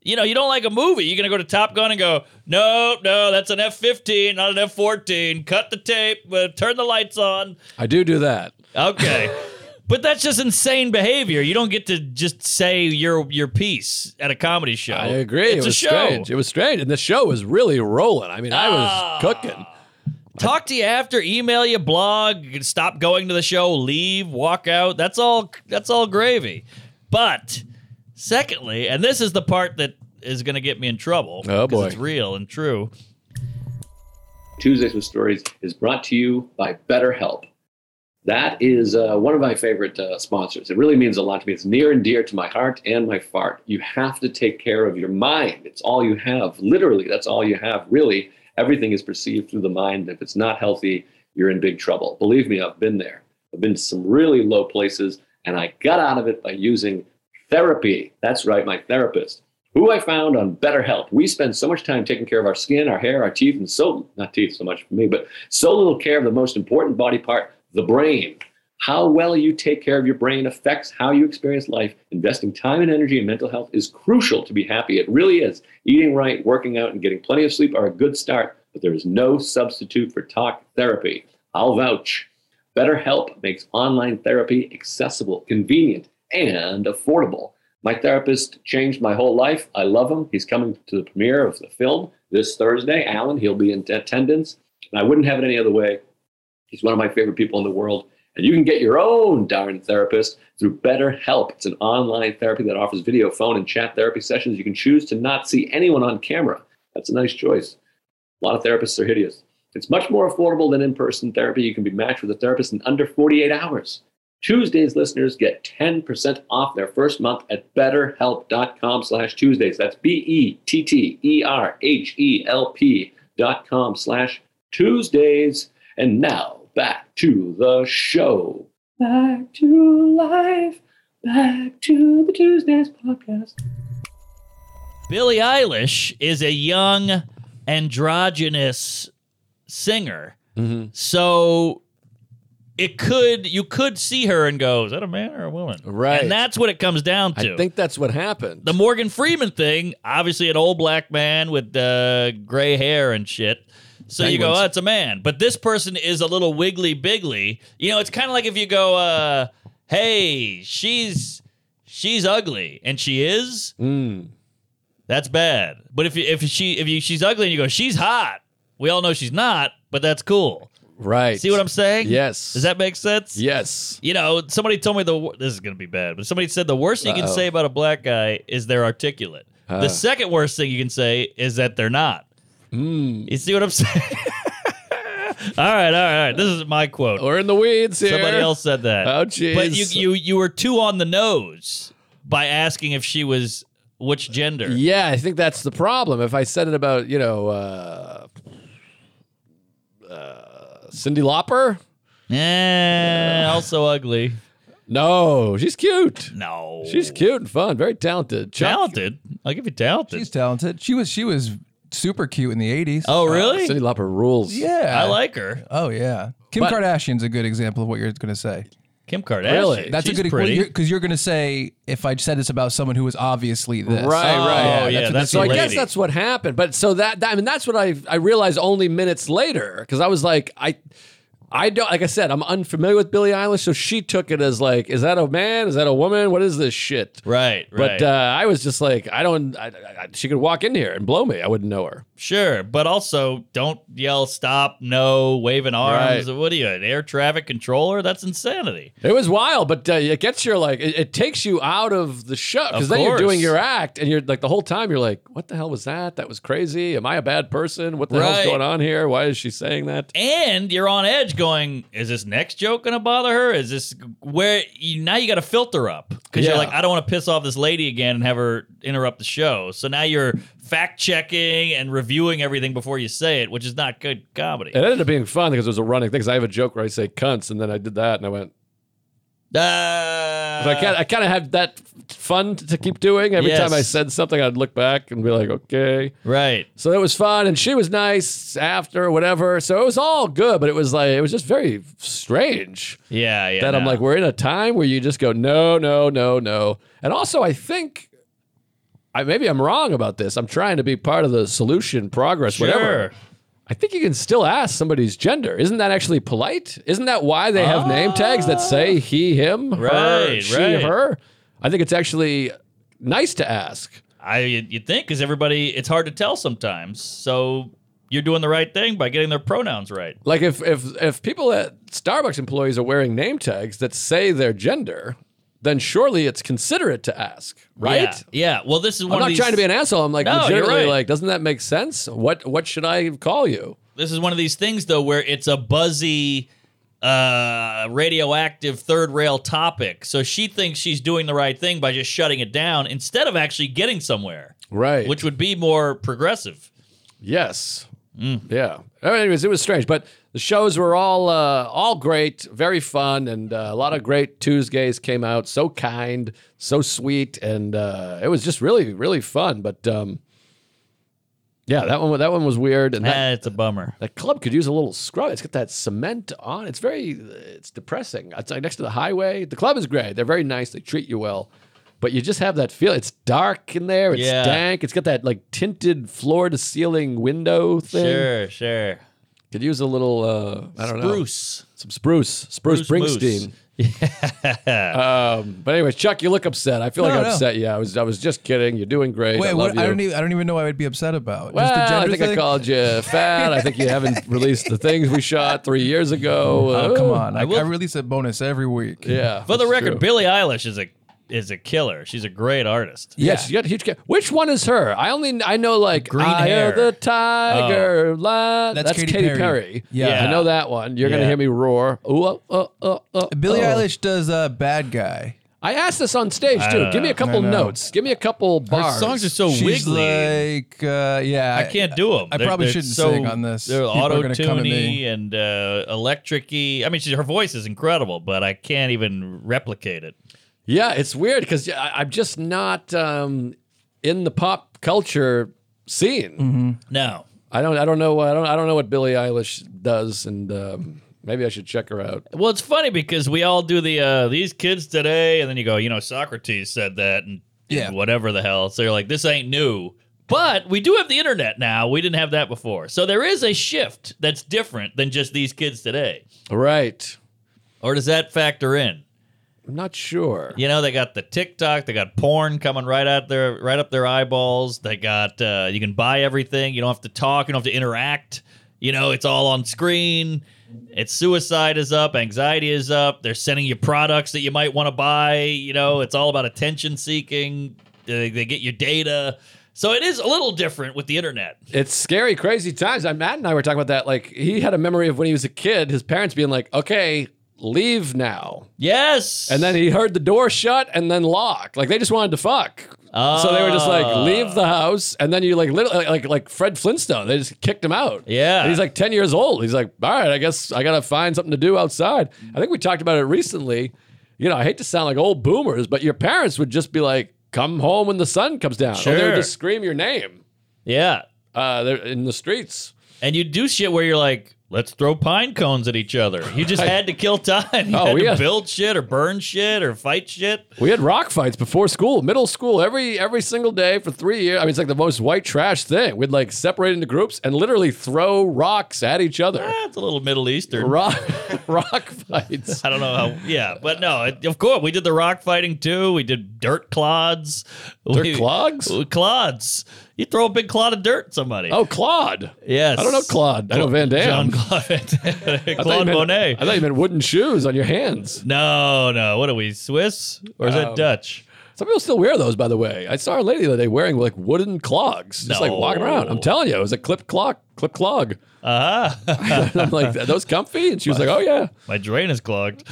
B: You know, you don't like a movie. You're gonna go to Top Gun and go, no, no, that's an F-15, not an F-14. Cut the tape, uh, turn the lights on.
C: I do do that.
B: Okay. but that's just insane behavior. You don't get to just say your your piece at a comedy show.
C: I agree.
B: oh, It's
C: it was
B: a show.
C: strange. It was strange, and the show was really rolling. I mean, I was
B: Ah.
C: cooking.
B: Talk to you after, email you, blog, you can stop going to the show, leave, walk out. That's all that's all gravy. But secondly, and this is the part that is going to get me in trouble
C: Oh,
B: 'cause
C: boy.
B: it's real and true.
E: Tuesdays with Stories is brought to you by BetterHelp. That is uh, one of my favorite uh, sponsors. It really means a lot to me. It's near and dear to my heart and my fart. You have to take care of your mind. It's all you have. Literally, that's all you have. Really, everything is perceived through the mind. If it's not healthy, you're in big trouble. Believe me, I've been there. I've been to some really low places, and I got out of it by using therapy. That's right, my therapist who I found on BetterHelp. We spend so much time taking care of our skin, our hair, our teeth, and so not teeth so much for me, but so little care of the most important body part, the brain. How well you take care of your brain affects how you experience life. Investing time and energy in mental health is crucial to be happy. It really is. Eating right, working out, and getting plenty of sleep are a good start, but there is no substitute for talk therapy. I'll vouch. BetterHelp makes online therapy accessible, convenient, and affordable. My therapist changed my whole life. I love him. He's coming to the premiere of the film this Thursday. Alan, he'll be in attendance. And I wouldn't have it any other way. He's one of my favorite people in the world. And you can get your own darn therapist through BetterHelp. It's an online therapy that offers video, phone, and chat therapy sessions. You can choose to not see anyone on camera. That's a nice choice. A lot of therapists are hideous. It's much more affordable than in person therapy. You can be matched with a therapist in under 48 hours. Tuesday's listeners get 10% off their first month at betterhelp.com slash Tuesdays. That's E B-E-T-T-E-R-H-E-L-P E dot com slash Tuesdays. And now back to the show. Back to life. Back to the Tuesdays podcast.
B: Billie Eilish is a young androgynous singer.
C: Mm-hmm.
B: So it could you could see her and go, is that a man or a woman?
C: Right.
B: And that's what it comes down to.
C: I think that's what happened.
B: the Morgan Freeman thing, obviously an old black man with uh, gray hair and shit. So you go,
C: Penguins.
B: oh, it's a man. But this person is a little wiggly biggly. You know, it's kind of like if you go, uh, hey, she's she's ugly, and she is.
C: Mm.
B: That's bad. But if you, if she if you, she's ugly and you go, she's hot. We all know she's not, but that's cool.
C: Right.
B: See what I'm saying?
C: Yes.
B: Does that make sense?
C: Yes.
B: You know, somebody told me the wor- this is going to be bad, but somebody said the worst thing you can
C: Uh-oh.
B: say about a black guy is they're articulate.
C: Ah.
B: the second worst thing you can say is that they're not.
D: Hmm.
C: Mm.
B: You see what I'm saying? all right, all right, all right. This is my quote.
D: Oh,
C: We're in the weeds here.
B: Somebody else said that.
C: Oh, jeez.
B: But you you you were too on the nose by asking if she was which gender.
C: Yeah, I think that's the problem. If I said it about, you know, uh, uh, Cindy Lauper,
B: Eh, also ugly.
C: no, she's cute.
B: No.
C: She's cute and fun, very talented. Chuck-
B: talented. I'll give you talented.
D: She's talented. She was she was super cute in the eighties.
B: oh, really?
C: uh, Cindy Lauper rules.
D: Uh, yeah.
B: I like her.
D: Oh yeah. Kim
C: But-
D: Kardashian's a good example of what you're going to say.
B: Kim Kardashian.
C: Really?
D: That's
B: She's
D: a good
B: pretty.
D: because you're going to say if I said this about someone who was obviously this.
C: Right,
B: Oh,
C: right.
B: yeah, that's
D: what this
C: So I
B: the
C: guess
B: lady.
C: that's what happened. But so that, that- I mean that's what I I realized only minutes later because I was like I I don't like I said I'm unfamiliar with Billie Eilish, so she took it as like is that a man? Is that a woman? What is this shit?
B: Right, right.
C: But uh, I was just like I don't. I, I, I- she could walk in here and blow me. I wouldn't know her.
B: sure, but also don't yell stop, no, waving arms. What are you, an air traffic controller? That's insanity.
C: It was wild, but uh, it gets your like it, it takes you out of the show because
B: Of
C: then you're
B: course.
C: doing your act and you're like the whole time you're like what the hell was that? That was crazy. Am I a bad person? What the
B: Right.
C: hell's going on here? Why is she saying that?
B: And you're on edge going, is this next joke going to bother her? Is this where you now you got to filter up because you're
C: Yeah.
B: like, I don't want to piss off this lady again and have her interrupt the show. So now you're fact checking and reviewing everything before you say it, which is not good comedy.
C: It ended up being fun because it was a running thing. Because I have a joke where I say cunts, and then I did that, and I went.
B: Uh,
C: so I kind I kind of had that fun to keep doing. Every
B: Yes.
C: time I said something, I'd look back and be like, okay.
B: right.
C: So it was fun, and she was nice after whatever. So it was all good, but it was like it was just very strange
B: Yeah, yeah.
C: that I'm
B: no.
C: like, we're in a time where you just go, no, no, no, no. And also, I think. I, maybe I'm wrong about this. I'm trying to be part of the solution, progress,
B: sure.
C: whatever. I think you can still ask somebody's gender. Isn't that actually polite? Isn't that why they have name tags that say he, him, her,
B: Ah. Right,
C: she,
B: right.
C: her? I think it's actually nice to ask.
B: I you'd think because everybody it's hard to tell sometimes. So you're doing the right thing by getting their pronouns right.
C: Like if if if people at Starbucks employees are wearing name tags that say their gender, then surely it's considerate to ask, right?
B: Yeah. yeah. Well, this is one
C: I'm
B: of
C: not
B: these,
C: trying to be an asshole. I'm like
B: No, you're
C: legitimately
B: right.
C: like, doesn't that make sense? What what should I call you?
B: This is one of these things though where it's a buzzy, uh, radioactive third rail topic. So she thinks she's doing the right thing by just shutting it down instead of actually getting somewhere,
C: Right.
B: which would be more progressive.
C: Yes. Yeah. Uh, Anyways, it was strange, but the shows were all uh, all great, very fun, and uh, a lot of great Tuesdays came out. So kind, so sweet, and uh, it was just really, really fun. But um, yeah, that one that one was weird, and that,
B: Eh, it's a bummer.
C: that club could use a little scrub. It's got that cement on. It's very, it's depressing. It's like next to the highway. The club is great. They're very nice. They treat you well. But you just have that feel. It's dark in there. It's
B: Yeah.
C: dank. It's got that like tinted floor to ceiling window thing.
B: Sure, sure.
C: Could use a little, uh, I don't know,
B: Spruce.
C: some spruce, spruce
B: Bruce
C: Springsteen.
B: Moose.
C: Um, but anyways, Chuck, you look upset. I feel like
D: No,
C: I'm
D: no.
C: upset. Yeah, I was. I was just kidding. You're doing great. I
D: Wait,
C: love
D: what?
C: you.
D: I don't even I don't even know what I would be upset about.
C: well,
D: Just the
C: I
D: gender
C: think I
D: thing?
C: called you fat. I think you haven't released the things we shot three years ago.
D: Oh, come on! I,
B: will-
D: I release a bonus every week.
C: Yeah.
B: For the
C: that's
B: record,
C: true.
B: Billie Eilish is a is a killer. She's a great artist.
C: Yes, you got a huge. Ca- Which one is her? I only I know like
B: Green
C: Eye
B: hair.
C: of the Tiger. la-
D: Oh. That's Katy Perry.
C: Yeah.
D: Yeah.
C: I know that one. You're gonna
B: Yeah.
C: hear me roar. Ooh, oh, oh, oh, oh,
D: Billie
C: oh.
D: Eilish does uh, "Bad Guy."
C: I asked this on stage too. Give me a couple
D: Uh, know.
C: notes. Give me a couple bars.
B: Her songs are so
D: She's
B: wiggly.
D: like, uh, yeah,
B: I can't do them.
D: I probably shouldn't sing on this.
B: They're
D: People are
B: auto
D: gonna come at
B: tuney
D: me.
B: and uh, electricy. I mean, she, her voice is incredible, but I can't even replicate it.
C: Yeah, it's weird because I'm just not um, in the pop culture scene.
B: No,
C: I don't. I don't know. I don't. I don't know what Billie Eilish does, and um, maybe I should check her out.
B: Well, it's funny because we all do the uh, these kids today, and then you go, you know, Socrates said that, and,
D: Yeah.
B: and whatever the hell. So you're like, this ain't new. But we do have the internet now. We didn't have that before. So there is a shift that's different than just these kids today.
C: Right.
B: Or does that factor in?
C: I'm not sure.
B: You know, they got the TikTok, they got porn coming right out their right up their eyeballs. They got uh, you can buy everything. You don't have to talk. You don't have to interact. You know, it's all on screen. It's suicide is up, anxiety is up. They're sending you products that you might want to buy. You know, it's all about attention seeking. They, they get your data. So it is a little different with the internet.
C: It's scary, crazy times. I, Matt and I were talking about that. Like he had a memory of when he was a kid, his parents being like, "Okay, leave now,"
B: Yes.
C: and then he heard the door shut and then lock. Like they just wanted to fuck. So they were just like,
B: Ah.
C: leave the house, and then you like literally like like Fred Flintstone. They just kicked him out.
B: Yeah.
C: and he's like ten years old. He's like, all right, I guess I gotta find something to do outside. I think we talked about it recently. You know, I hate to sound like old boomers, but your parents would just be like, come home when the sun comes down. Or they would
B: Sure.
C: just scream your name
B: yeah.
C: uh, they're in the streets.
B: And you do shit where you're like, let's throw pine cones at each other. You just had to kill time. You
C: Oh,
B: had
C: we
B: to
C: had-
B: build shit or burn shit or fight shit.
C: We had rock fights before school, middle school, every every single day for three years. I mean, it's like the most white trash thing. We'd like separate into groups and literally throw rocks at each other.
B: That's Eh, a little Middle Eastern.
C: Rock rock fights.
B: I don't know how. Yeah, but no, it- of course we did the rock fighting too. We did dirt clods.
C: Dirt clogs?
B: Clods. You throw a big clod of dirt at somebody.
C: Oh, Claude.
B: yes.
C: I don't know Claude. I know Van
B: John
C: Damme.
B: Claude Van Damme.
C: I thought you
B: Claude
C: meant-
B: Monet.
C: I thought you meant wooden shoes on your hands.
B: No, no. What are we? Swiss or is
C: Um,
B: that Dutch?
C: Some people still wear those, by the way. I saw a lady the other day wearing like wooden clogs, just like walking around. I'm
B: No.
C: telling you, it was a clip clog, clip clog.
B: Uh-huh.
C: And I'm like, are those comfy? And she was like, oh yeah,
B: My drain is clogged.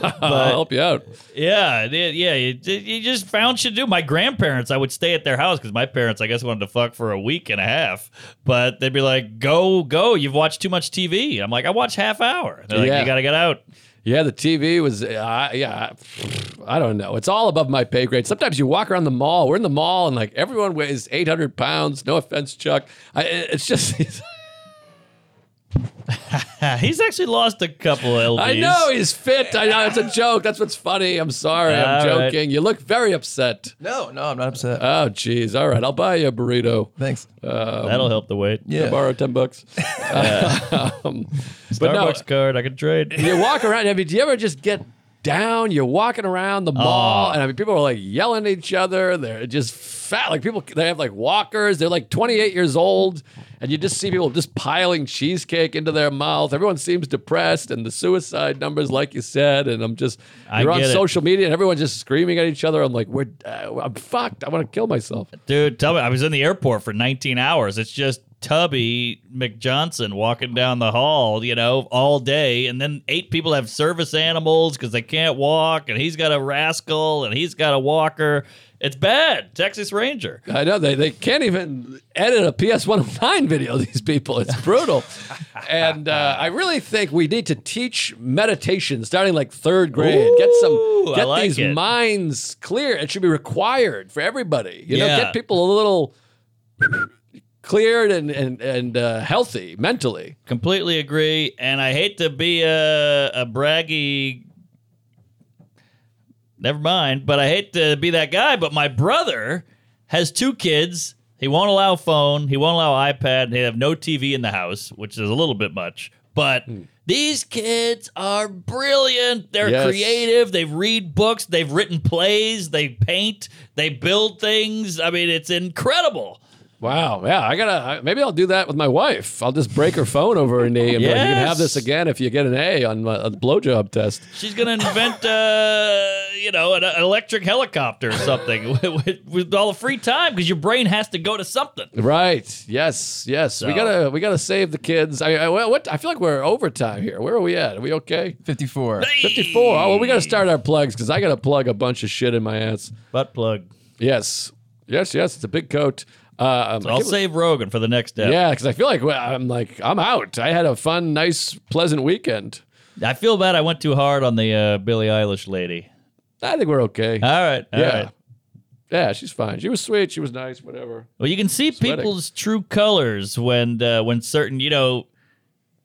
C: I'll help you out.
B: Yeah, it- it- yeah. You, you just found shit to do. My grandparents, I would stay at their house because my parents, I guess, wanted to fuck for a week and a half. But they'd be like, "Go, go! You've watched too much TV." I'm like, "I watch half hour." They're like,
C: Yeah.
B: "You gotta get out."
C: Yeah, the TV was, uh, yeah, I don't know. It's all above my pay grade. Sometimes you walk around the mall. We're in the mall, and like everyone weighs 800 pounds. No offense, Chuck. I, it's just,
B: He's actually lost a couple of LBs.
C: I know he's fit. I know it's a joke. That's what's funny. I'm sorry. I'm
B: All right.
C: joking. You look very upset.
D: No, no, I'm not upset.
C: Oh, geez. All right, I'll buy you a burrito.
D: Thanks.
C: uh,
B: That'll help the weight.
D: yeah.
C: Borrow 10 bucks. um, but no,
B: Starbucks card, I could trade.
C: you walk around. I mean, do you ever just get down? You're walking around the mall,
B: Oh.
C: and I mean, people are like yelling at each other. They're just fat. Like people, they have like walkers. They're like 28 years old, and you just see people just piling cheesecake into their mouth. Everyone seems depressed, and the suicide numbers, like you said. And I'm just,
B: I
C: you're on
B: get it.
C: social media, and everyone's just screaming at each other. I'm like, we're, uh, I'm fucked. I want to kill myself.
B: Dude, tell me, I was in the airport for 19 hours. It's just Tubby McJohnson walking down the hall, you know, all day. And then eight people have service animals because they can't walk. And he's got a rascal and he's got a walker. It's bad. Texas Ranger.
C: I know they, they can't even edit a PS 109 video, these people. It's brutal. and uh, I really think we need to teach meditation starting like third grade. get
B: Ooh,
C: some
B: I
C: get
B: like
C: these
B: it.
C: minds clear. It should be required for everybody. You know,
B: Yeah.
C: get people a little cleared and and, and uh, healthy mentally.
B: Completely agree. And I hate to be a, a braggy. Never mind. But I hate to be that guy. But my brother has two kids. He won't allow phone. He won't allow iPad. They have no TV in the house, which is a little bit much. But these kids are brilliant. They're
C: Yes.
B: creative. They read books. They've written plays. They paint. They build things. I mean, it's incredible.
C: Wow. Yeah. I gotta. I- Maybe I'll do that with my wife. I'll just break her phone over her knee and be like, "You can have this
B: Yes.
C: again if you get an A on my, a blowjob test."
B: She's gonna invent, uh, you know, an, an electric helicopter or something with, with, with all the free time because your brain has to go to something.
C: Right. Yes. Yes. We
B: So-
C: gotta. We gotta save the kids. I, I. well, What? I feel like we're overtime here. Where are we at? Are we okay?
D: 54.
C: Fifty-four. Oh well, we gotta start our plugs because I gotta plug a bunch of shit in my ass.
B: butt plug.
C: Yes. Yes. Yes. It's a big coat. Uh, um, I
B: I'll
C: can't-
B: save Rogan for the next step.
C: Yeah, because I feel like well, I'm like I'm out. I had a fun, nice, pleasant weekend.
B: I feel bad. I went too hard on the uh, Billie Eilish lady.
C: I think we're okay.
B: All right. all right.
C: yeah. Yeah, she's fine. She was sweet. She was nice. Whatever.
B: Well, you can see
C: Sweating.
B: people's true colors when uh, when certain, you know,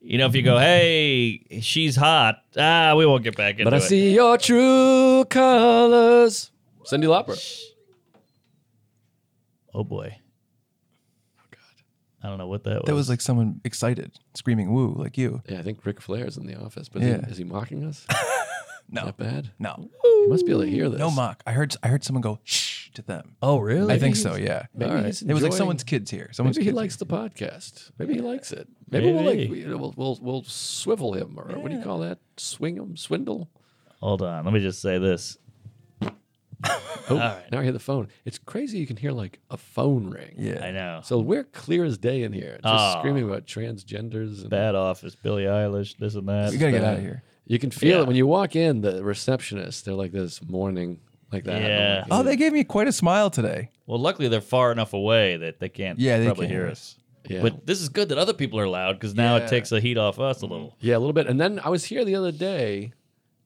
B: you know, if you go, hey, she's hot. Ah, we won't get back into
C: But I
B: it.
C: see your true colors. Cindy Lauper.
B: oh boy. I don't know what that was.
D: That was like someone excited, screaming woo, like you.
C: Yeah, I think Ric Flair's in the office, but is,
D: Yeah.
C: he, is he mocking us?
D: No,
C: Not bad.
D: no,
C: He must be able to hear this.
D: no mock. I heard, I heard someone go shh to them.
B: oh, really?
D: I think so. Yeah.
C: Maybe he's
D: It was like
C: enjoying-
D: someone's kids here. Someone's
C: Maybe he
D: kids.
C: likes the podcast. Maybe he likes it. Maybe, we'll like
B: Maybe.
C: we, we'll, we'll we'll swivel him or what do you call that? Swing him, swindle.
B: Hold on. Let me just say this.
C: Oh, now I hear the phone. It's crazy. You can hear like a phone ring.
D: Yeah. Ah.
B: I know.
C: So we're clear as day in here, just
B: Aw.
C: screaming about transgenders and
B: Bad office, Billie Eilish, this and that.
D: We gotta get out of here.
C: You can feel
B: Yeah.
C: it when you walk in. The receptionist, they're like this morning, like that.
B: Yeah.
D: Oh, they gave me quite a smile today.
B: Well, luckily they're far enough away that they can't
D: Yeah, they
B: probably
D: can't
B: hear
D: hear
B: us.
C: yeah.
B: But this is good that other people are loud because now
C: Yeah.
B: it takes the heat off us a
D: Mm-hmm.
B: little.
C: yeah, a little bit. And then I was here the other day,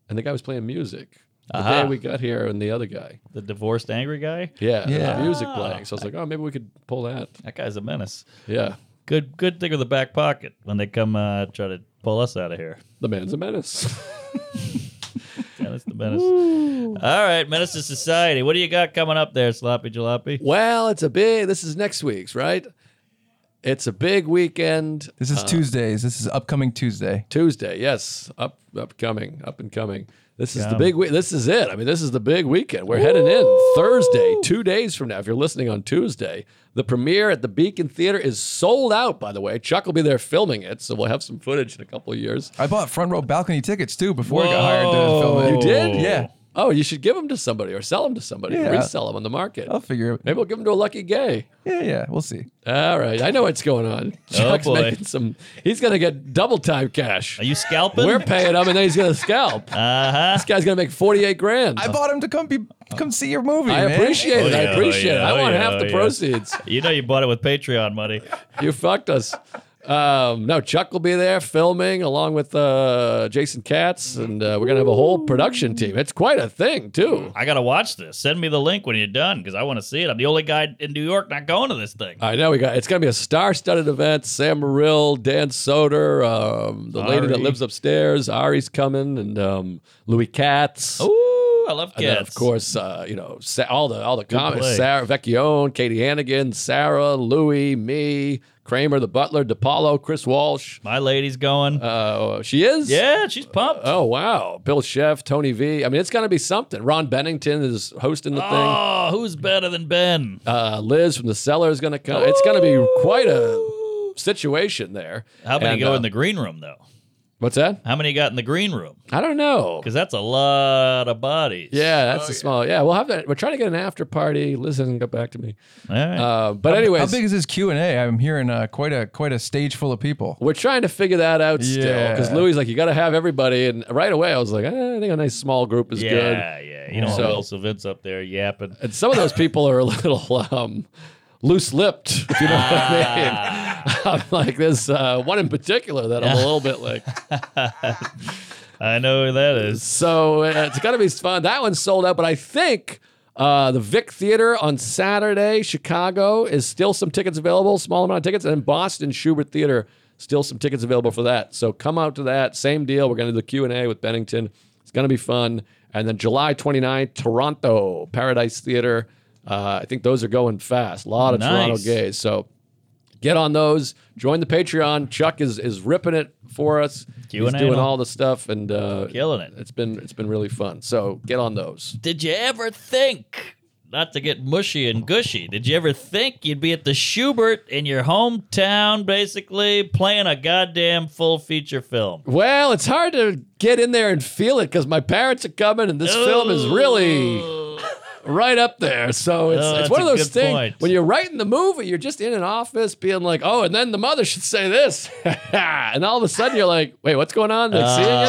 C: and the guy was playing music. The
B: Aha.
D: Uh-huh.
C: day we got here, and the other guy.
B: The divorced angry guy?
C: Yeah, there was
D: Yeah.
C: music playing. So I was like, oh, maybe we could pull that.
B: That guy's a menace.
C: Yeah,
B: Good good thing of the back pocket when they come uh, try to pull us out of here.
C: the man's a menace.
B: Dennis the menace. All right, menace to society. What do you got coming up there, Sloppy Jalopy?
C: well, it's a big. This is next week's, right? It's a big weekend.
D: This
B: Uh-huh.
D: is Tuesdays. This is upcoming Tuesday.
C: Tuesday, yes, up upcoming, up and coming. This is the big week. This is it. I mean, this is the big weekend. We're heading in Thursday, two days from now. If you're listening on Tuesday, the premiere at the Beacon Theater is sold out. By the way, Chuck will be there filming it, so we'll have some footage in a couple of years.
D: I bought front row balcony tickets too before I got hired to film it.
B: Whoa.
C: You did,
D: Yeah.
C: Oh, you should give them to somebody or sell them to somebody.
D: Yeah.
C: Resell them on the market.
D: I'll figure it.
C: Maybe we'll give them to a lucky gay.
D: Yeah, yeah. We'll see.
C: All right, I know what's going on. Chuck's
B: Oh, boy.
C: making some. He's gonna get double time cash.
B: Are you scalping?
C: We're paying him, and then he's gonna scalp.
B: uh-huh.
C: This guy's gonna make forty-eight grand.
D: I bought him to come be come see your movie.
C: I
D: man.
C: appreciate it.
B: Oh,
C: I
B: yeah,
C: appreciate
B: oh, yeah,
C: it. I
B: oh,
C: want
B: yeah,
C: half
B: oh,
C: the
B: yeah.
C: proceeds.
B: You know you bought it with Patreon money.
C: You fucked us. Um, no, Chuck will be there filming along with uh, Jason Katz, and uh, we're gonna have a whole production team. It's quite a thing, too.
B: I gotta watch this. Send me the link when you're done because I want to see it. I'm the only guy in New York not going to this thing.
C: I know we got. It's gonna be a star-studded event. Sam Morril, Dan Soder, um, the lady that
B: Ari.
C: lives upstairs, Ari's coming, and um, Louis Katz.
B: Oh, Ooh, I love
C: And then,
B: cats.
C: of course, uh, you know Sa- all the all the comics:
B: play.
C: Sarah Vecchione, Katie Hannigan, Sarah, Louie, me, Kramer, the Butler, DePaulo, Chris Walsh.
B: my lady's going.
C: Uh, she is.
B: yeah, she's pumped.
C: Oh wow, Bill Chef, Tony V. I mean, it's gonna be something. Ron Bennington is hosting the thing.
B: oh, who's better than Ben?
C: Uh, Liz from the cellar is gonna come. It's gonna be quite a situation there.
B: How many
C: And,
B: go
C: uh,
B: in the green room though?
C: What's that?
B: How many got in the green room?
C: I don't know.
B: Because that's a lot of bodies.
C: Yeah, that's a small. Yeah, we'll have that. We're trying to get an after party. Liz hasn't got back to me.
B: All right.
C: Uh, but anyways,
D: How big is this Q and A? I'm hearing uh, quite a quite a stage full of people.
C: We're trying to figure that out still
D: Yeah.
C: because Louis like you got to have everybody, and right away I was like, eh, I think a nice small group is good.
B: yeah, yeah. You know,
C: So-
B: Will Savin's up there yapping.
C: And some of those people are a little um, loose-lipped, if you know what
B: Ah.
C: I mean. I'm like this uh, one in particular that I'm a little bit like.
B: I know who that is.
C: So uh, it's gonna be fun. That one's sold out, but I think. Uh, the Vic Theater on Saturday, Chicago is still some tickets available, small amount of tickets, and Boston Schubert Theater still some tickets available for that. So come out to that. Same deal. We're gonna do the Q and A with Bennington. It's gonna be fun. And then July 29th, Toronto Paradise Theater. Uh, I think those are going fast. A lot of
B: Nice.
C: Toronto gays. So Get on those. Join the Patreon. Chuck is is ripping it for us.
B: Q
C: He's
B: and A
C: doing
B: and all.
C: all the stuff and uh,
B: Killing it.
C: It's been it's been really fun. So get on those.
B: Did you ever think, not to get mushy and gushy, did you ever think you'd be at the Schubert in your hometown, basically playing a goddamn full feature film?
C: Well, it's hard to get in there and feel it because my parents are coming, and this film is really
B: Ooh.
C: right up there. So it's,
B: Oh,
C: it's
B: that's
C: one of
B: a
C: those
B: good
C: things
B: point.
C: when you're writing the movie, you're just in an office being like, oh, and then the mother should say this. and all of a sudden you're like, wait, what's going on? Like, seeing it?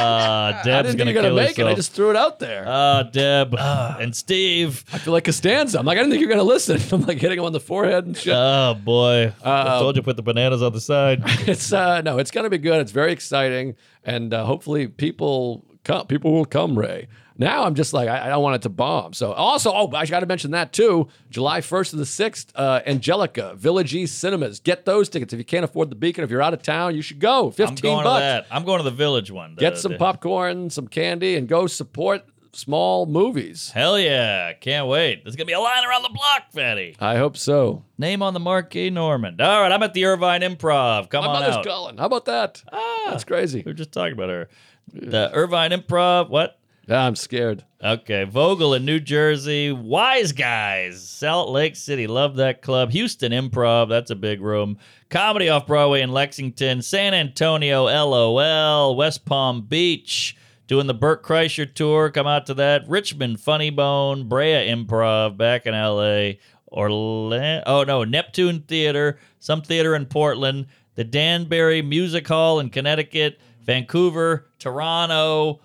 B: Ah,
C: I
B: Deb's
C: didn't think
B: gonna,
C: you're going to
B: kill
C: make it. I
B: herself.
C: just threw it out there.
B: Ah, Deb and Steve.
C: I feel like Costanza. I'm like, I didn't think you were going to listen. I'm like hitting him on the forehead and shit.
B: Oh boy!
C: Uh,
B: I told you put the bananas on the side.
C: it's uh no, it's gonna be good. It's very exciting, and uh, hopefully people come. People will come, Ray. Now I'm just like I, I don't want it to bomb. So also, oh, I got to mention that too. July 1st to the 6th, uh, Angelica Village East Cinemas. Get those tickets if you can't afford the Beacon. If you're out of town, you should go.
B: I'm
C: 15
B: going
C: bucks.
B: to that. I'm going to the village one.
C: Get
B: The-
C: some
B: the-
C: popcorn, some candy, and go support small movies.
B: Hell yeah! Can't wait. There's gonna be a line around the block, fatty.
C: I hope so.
B: Name on the marquee, Norman. All right, I'm at the Irvine Improv. Come
C: My
B: on
C: mother's
B: out.
C: calling. How about that?
B: Ah,
C: That's crazy.
B: we were just talking about her. The Irvine Improv. What?
C: I'm scared.
B: Okay, Vogel in New Jersey. Wise Guys, Salt Lake City. Love that club. Houston Improv. That's a big room. Comedy off Broadway in Lexington. San Antonio. LOL. West Palm Beach. Doing the Burt Kreischer tour. Come out to that. Richmond Funny Bone. Brea Improv. Back in LA. Orlando. Oh no, Neptune Theater. Some theater in Portland. The Danbury Music Hall in Connecticut. Vancouver. Toronto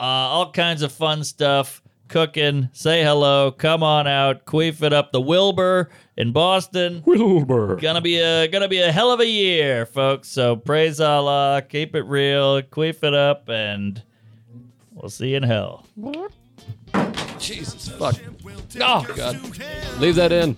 B: uh, all kinds of fun stuff. Cooking, say hello, come on out, queef it up. The Wilbur in Boston,
C: Wilbur.
B: gonna be a gonna be a hell of a year, folks. So praise Allah, keep it real, queef it up, and we'll see you in hell.
C: Jesus fuck.
A: We'll take
C: Oh
A: us
C: god.
A: to hell.
C: Leave that in.